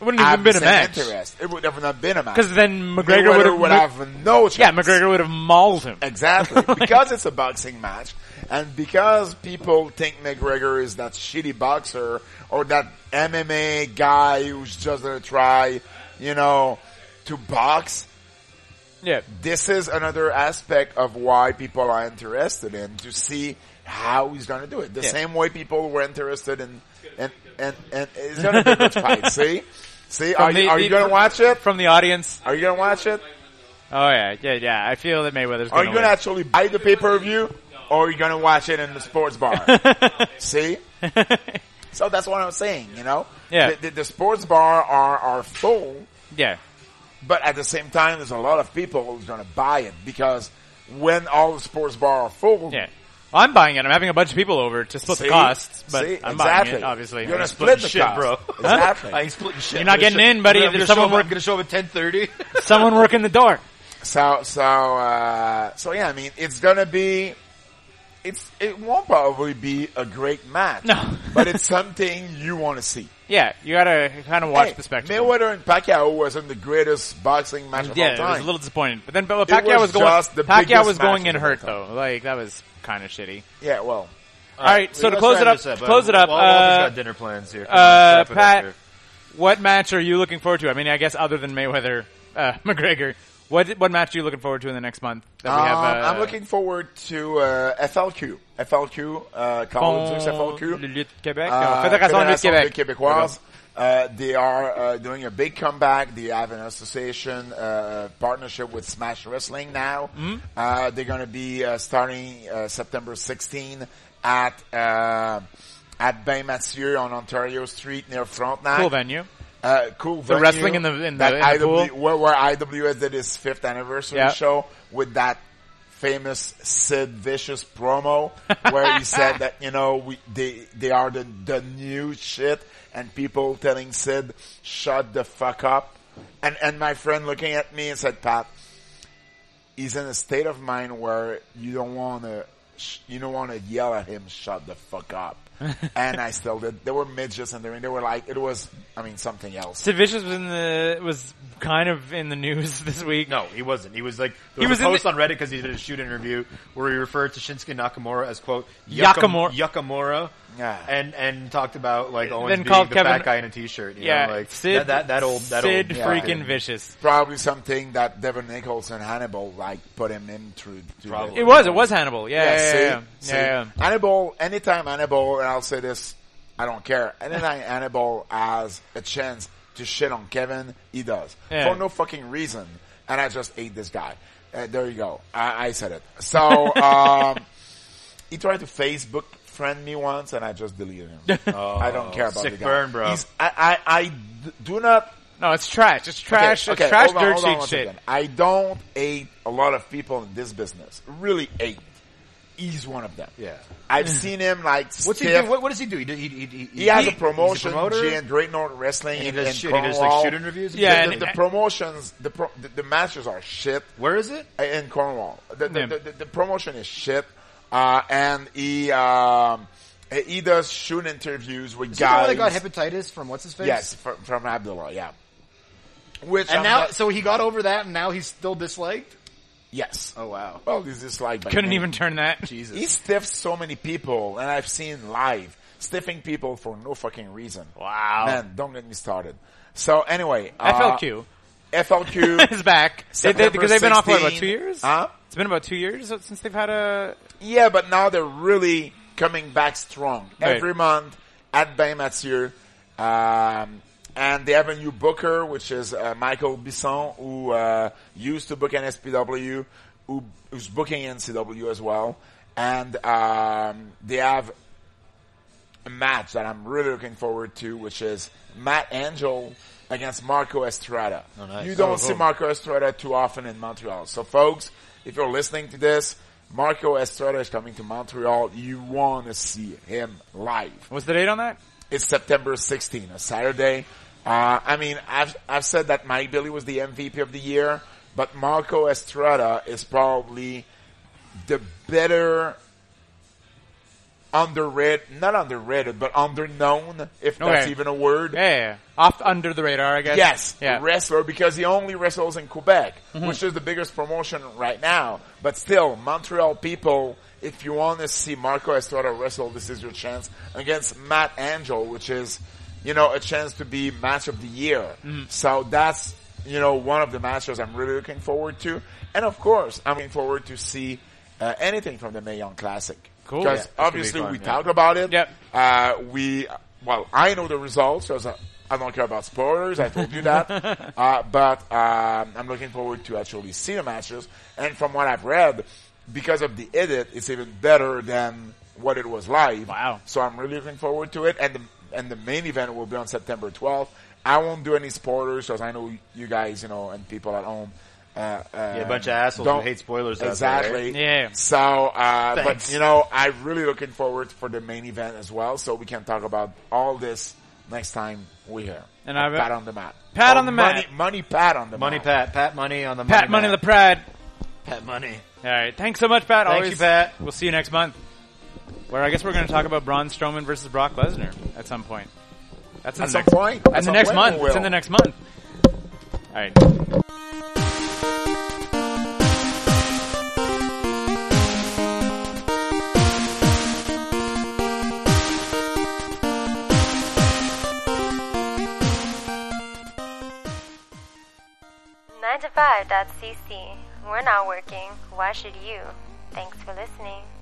Speaker 2: It wouldn't
Speaker 3: had
Speaker 2: even
Speaker 3: the
Speaker 2: been a
Speaker 3: same
Speaker 2: match.
Speaker 3: interest. It would have not been a match.
Speaker 2: Because then McGregor would have,
Speaker 3: would have no chance.
Speaker 2: yeah, McGregor would have mauled him.
Speaker 3: Exactly. because it's a boxing match and because people think McGregor is that shitty boxer or that MMA guy who's just gonna try, you know, to box,
Speaker 2: Yeah,
Speaker 3: this is another aspect of why people are interested in to see how he's gonna do it. The
Speaker 2: Yeah.
Speaker 3: same way people were interested in and and and it's gonna be a good fight. See, see, are
Speaker 2: From
Speaker 3: you,
Speaker 2: the-
Speaker 3: are you
Speaker 2: the-
Speaker 3: gonna watch it?
Speaker 2: from the audience.
Speaker 3: Are you gonna watch it?
Speaker 2: Oh yeah, yeah, yeah. I feel that Mayweather's.
Speaker 3: Are
Speaker 2: Gonna
Speaker 3: you gonna actually buy the pay per view, or are you gonna watch it in the
Speaker 2: *laughs*
Speaker 3: sports bar? See,
Speaker 2: gonna?
Speaker 3: so that's what I'm saying. You know,
Speaker 2: Yeah.
Speaker 3: the, the, the sports bar are are full,
Speaker 2: yeah,
Speaker 3: but at the same time, there's a lot of people who's gonna buy it because when all the sports bar are full,
Speaker 2: yeah. Well, I'm buying it. I'm having a bunch of people over to split the
Speaker 3: See?
Speaker 2: costs, but
Speaker 3: See?
Speaker 2: I'm
Speaker 3: Exactly.
Speaker 2: buying it. Obviously, *laughs*
Speaker 3: You're gonna
Speaker 2: Yes.
Speaker 3: split the cost. *laughs* Exactly.
Speaker 4: *laughs* I ain't splitting shit.
Speaker 2: You're not
Speaker 4: I'm gonna
Speaker 2: getting in, buddy.
Speaker 4: I'm gonna,
Speaker 2: There's
Speaker 4: show
Speaker 2: someone
Speaker 4: up,
Speaker 2: work-
Speaker 4: I'm gonna show up at ten thirty.
Speaker 2: Someone working the door.
Speaker 3: So so uh, so yeah, I mean, it's gonna be. It's it won't probably be a great match,
Speaker 2: No.
Speaker 3: but it's something you want to see.
Speaker 2: Yeah, you gotta kind of watch
Speaker 3: Hey,
Speaker 2: the spectacle.
Speaker 3: Mayweather and Pacquiao wasn't the greatest boxing match of
Speaker 2: yeah,
Speaker 3: all
Speaker 2: it was a
Speaker 3: time.
Speaker 2: little disappointing. But then but Pacquiao was,
Speaker 3: was
Speaker 2: going.
Speaker 3: just the
Speaker 2: Pacquiao
Speaker 3: biggest
Speaker 2: was going
Speaker 3: match
Speaker 2: in
Speaker 3: of all
Speaker 2: hurt
Speaker 3: time.
Speaker 2: though. Like that was kind of shitty.
Speaker 3: yeah, well,
Speaker 2: All
Speaker 4: *laughs*
Speaker 2: right, so to close it up, to close it up.
Speaker 4: Well, Walter's
Speaker 2: uh,
Speaker 4: got dinner plans here. Come on,
Speaker 2: Uh,
Speaker 4: wrap it up
Speaker 2: Pat,
Speaker 4: here.
Speaker 2: what match are you looking forward to? I mean, I guess other than Mayweather, uh, *laughs* McGregor, what what match are you looking forward to in the next month? That we have,
Speaker 3: Um,
Speaker 2: uh,
Speaker 3: I'm looking forward to uh, FLQ. FLQ, uh, Collins
Speaker 2: Fond
Speaker 3: FLQ.
Speaker 2: de lutte Québec,
Speaker 3: uh,
Speaker 2: no, Fédération de lutte
Speaker 3: Fédération
Speaker 2: Québec.
Speaker 3: de Québécoise. Uh, they are uh, doing a big comeback. They have an association uh, partnership with Smash Wrestling now.
Speaker 2: Hmm?
Speaker 3: Uh, they're going to be uh, starting uh, September 16 at uh, at Bain Mathieu on Ontario Street near Frontenac.
Speaker 2: Cool venue.
Speaker 3: Uh, cool. venue.
Speaker 2: wrestling in the- in the-
Speaker 3: that
Speaker 2: in the
Speaker 3: IW,
Speaker 2: pool?
Speaker 3: where, where IWS did his fifth anniversary
Speaker 2: Yeah.
Speaker 3: show with that famous Sid Vicious promo
Speaker 2: *laughs*
Speaker 3: where he said that you know we they they are the the new shit and people telling Sid shut the fuck up and and my friend looking at me and said Pat he's in a state of mind where you don't want to you don't want to yell at him shut the
Speaker 2: *laughs*
Speaker 3: fuck up and I still did there were midgets and they were, they were like it was I mean something else
Speaker 2: Sid Vicious was in the was kind of in the news *laughs* this week.
Speaker 4: No, he wasn't. He was like there
Speaker 2: He
Speaker 4: was,
Speaker 2: was
Speaker 4: a
Speaker 2: in
Speaker 4: post
Speaker 2: the-
Speaker 4: on Reddit because he did a shoot interview where he referred to Shinsuke Nakamura as quote
Speaker 2: Yakamor-
Speaker 4: Yakamura,
Speaker 3: Yeah.
Speaker 4: and and talked about like Owens
Speaker 2: Then
Speaker 4: being
Speaker 2: called
Speaker 4: the
Speaker 2: Kevin-
Speaker 4: fat guy in a t-shirt. You
Speaker 2: yeah,
Speaker 4: know, like
Speaker 2: Sid.
Speaker 4: that, that that old that
Speaker 2: Sid
Speaker 4: old
Speaker 2: freaking
Speaker 4: yeah.
Speaker 2: Vicious.
Speaker 3: probably something that Devin Nichols and Hannibal like put him in through. through
Speaker 4: Probably.
Speaker 2: It was. It was Hannibal. Yeah, yeah,
Speaker 3: see,
Speaker 2: yeah, yeah.
Speaker 3: see.
Speaker 2: yeah, yeah.
Speaker 3: Hannibal. Anytime Hannibal, and I'll say this, I don't care.
Speaker 2: *laughs*
Speaker 3: Anytime Hannibal has a chance to shit on Kevin, he does
Speaker 2: Yeah.
Speaker 3: for no fucking reason. And I just hate this guy. Uh, there you go. I, I said it.
Speaker 2: *laughs*
Speaker 3: So um, he tried to Facebook friend me once, and I just
Speaker 2: *laughs*
Speaker 3: deleted him. I don't care about
Speaker 4: sick
Speaker 3: the guy.
Speaker 4: burn, bro.
Speaker 3: He's, I, I, I d- do not
Speaker 2: No, it's trash. It's trash.
Speaker 3: Okay,
Speaker 2: it's trash.
Speaker 3: hold on,
Speaker 2: dirt
Speaker 3: hold on
Speaker 2: sheet
Speaker 3: one
Speaker 2: shit.
Speaker 3: second. I don't hate a lot of people in this business. Really hate. He's one of them.
Speaker 4: Yeah.
Speaker 3: I've seen him like
Speaker 4: What's he
Speaker 3: stiff.
Speaker 4: do? What, what does he do? He, do- he, he, he,
Speaker 3: He has
Speaker 4: he-
Speaker 3: a promotion,
Speaker 4: He's a promoter?
Speaker 3: Jay and Great North Wrestling,
Speaker 4: and he
Speaker 3: in,
Speaker 4: does
Speaker 3: in
Speaker 4: shit. He does like
Speaker 3: Cornwall.
Speaker 4: shoot interviews. and
Speaker 2: Yeah,
Speaker 4: shit?
Speaker 3: The,
Speaker 2: and-
Speaker 3: the promotions, the, pro, the the matches are shit
Speaker 4: where is it?
Speaker 3: in Cornwall. The, the,
Speaker 2: Yeah.
Speaker 3: the, the, promotion is shit, uh, and he um, he does shoot interviews with
Speaker 6: Is he the
Speaker 3: guys.
Speaker 6: one that got hepatitis from what's his face?
Speaker 3: yes, from, from Abdullah, yeah. Which
Speaker 6: And
Speaker 3: I'm
Speaker 6: now,
Speaker 3: not-
Speaker 6: so he got over that, and now he's still disliked.
Speaker 3: yes.
Speaker 6: Oh wow.
Speaker 3: Well, this is like by
Speaker 2: Couldn't
Speaker 3: name.
Speaker 2: even turn that.
Speaker 6: Jesus.
Speaker 3: He stiffs so many people, and I've seen live stiffing people for no fucking reason.
Speaker 2: Wow.
Speaker 3: Man, don't get me started. So anyway, uh,
Speaker 2: FLQ is *laughs*
Speaker 3: *laughs* FLQ,
Speaker 2: back They- they- because they've been off for about
Speaker 3: 16.
Speaker 2: two years.
Speaker 3: Huh?
Speaker 2: It's been about two years since they've had a
Speaker 3: yeah, but now they're really coming back strong
Speaker 2: Right.
Speaker 3: every month at Bay Mathieu. Um, and they have a new booker, which is uh, Michael Bisson, who uh, used to book NSPW, who, who's booking NCW as well. And um, they have a match that I'm really looking forward to, which is Matt Angel against Marco Estrada.
Speaker 4: nice.
Speaker 3: You don't
Speaker 4: Oh,
Speaker 3: see
Speaker 4: cool.
Speaker 3: Marco Estrada too often in Montreal. So, folks, if you're listening to this, Marco Estrada is coming to Montreal. You want to see him live.
Speaker 2: What's the date on that?
Speaker 3: It's September 16th, a Saturday. Uh, I mean, I've, I've said that Mike Billy was the MVP of the year, but Marco Estrada is probably the better underrated, not underrated, but underknown, if that's
Speaker 2: Okay.
Speaker 3: even a word.
Speaker 2: Yeah, yeah, yeah. off under the radar, I guess.
Speaker 3: Yes,
Speaker 2: Yeah. Mm-hmm.
Speaker 3: wrestler because he only wrestles in Quebec, which is the biggest promotion right now. But still, Montreal people, if you want to see Marco Estrada wrestle, this is your chance against Matt Angel, which is, you know, a chance to be match of the year.
Speaker 2: Mm-hmm.
Speaker 3: So that's, you know, one of the matches I'm really looking forward to. And of course, I'm looking forward to see uh, anything from the Mae Young Classic.
Speaker 2: Cool. Yeah,
Speaker 3: Because
Speaker 2: that's gonna be
Speaker 3: obviously
Speaker 2: fun,
Speaker 3: we
Speaker 2: yeah.
Speaker 3: talked about it.
Speaker 2: Yep.
Speaker 3: Uh, we, well, I know the results because I, I don't care about spoilers. I told you that.
Speaker 2: *laughs*
Speaker 3: uh, but um, I'm looking forward to actually see the matches. And from what I've read, because of the edit, it's even better than what it was live.
Speaker 2: Wow.
Speaker 3: So I'm really looking forward to it. And the, and the main event will be on September 12th. I won't do any spoilers because I know you guys, you know, and people at home. Uh, uh,
Speaker 4: a bunch of assholes
Speaker 3: don't-
Speaker 4: who hate spoilers out there,
Speaker 3: Exactly.
Speaker 2: right? Yeah.
Speaker 3: So, uh, but
Speaker 4: Thanks.
Speaker 3: you know, I'm really looking forward for the main event as well, so we can talk about all this next time we're here.
Speaker 2: And I've-
Speaker 3: pat on the mat.
Speaker 2: Pat
Speaker 3: Oh,
Speaker 2: on the
Speaker 3: money,
Speaker 2: mat.
Speaker 3: Money pat on the
Speaker 4: Money
Speaker 3: mat.
Speaker 4: Pat, Pat Money on the
Speaker 2: Pat,
Speaker 4: money
Speaker 2: money the pride.
Speaker 4: Pat Money.
Speaker 2: All right. Thanks so much, Pat.
Speaker 4: Thank
Speaker 2: Always,
Speaker 4: you, Pat.
Speaker 2: We'll see you next month. Where I guess we're going to talk about Braun Strowman versus Brock Lesnar at some point. That's in
Speaker 3: At
Speaker 2: the
Speaker 3: some
Speaker 2: next
Speaker 3: point.
Speaker 2: That's
Speaker 3: At
Speaker 2: in the
Speaker 3: some
Speaker 2: next
Speaker 3: point
Speaker 2: month.
Speaker 3: we
Speaker 2: It's in the
Speaker 3: will.
Speaker 2: next month. All right.
Speaker 1: Nine to 5.cc. We're not working. Why should you? Thanks for listening.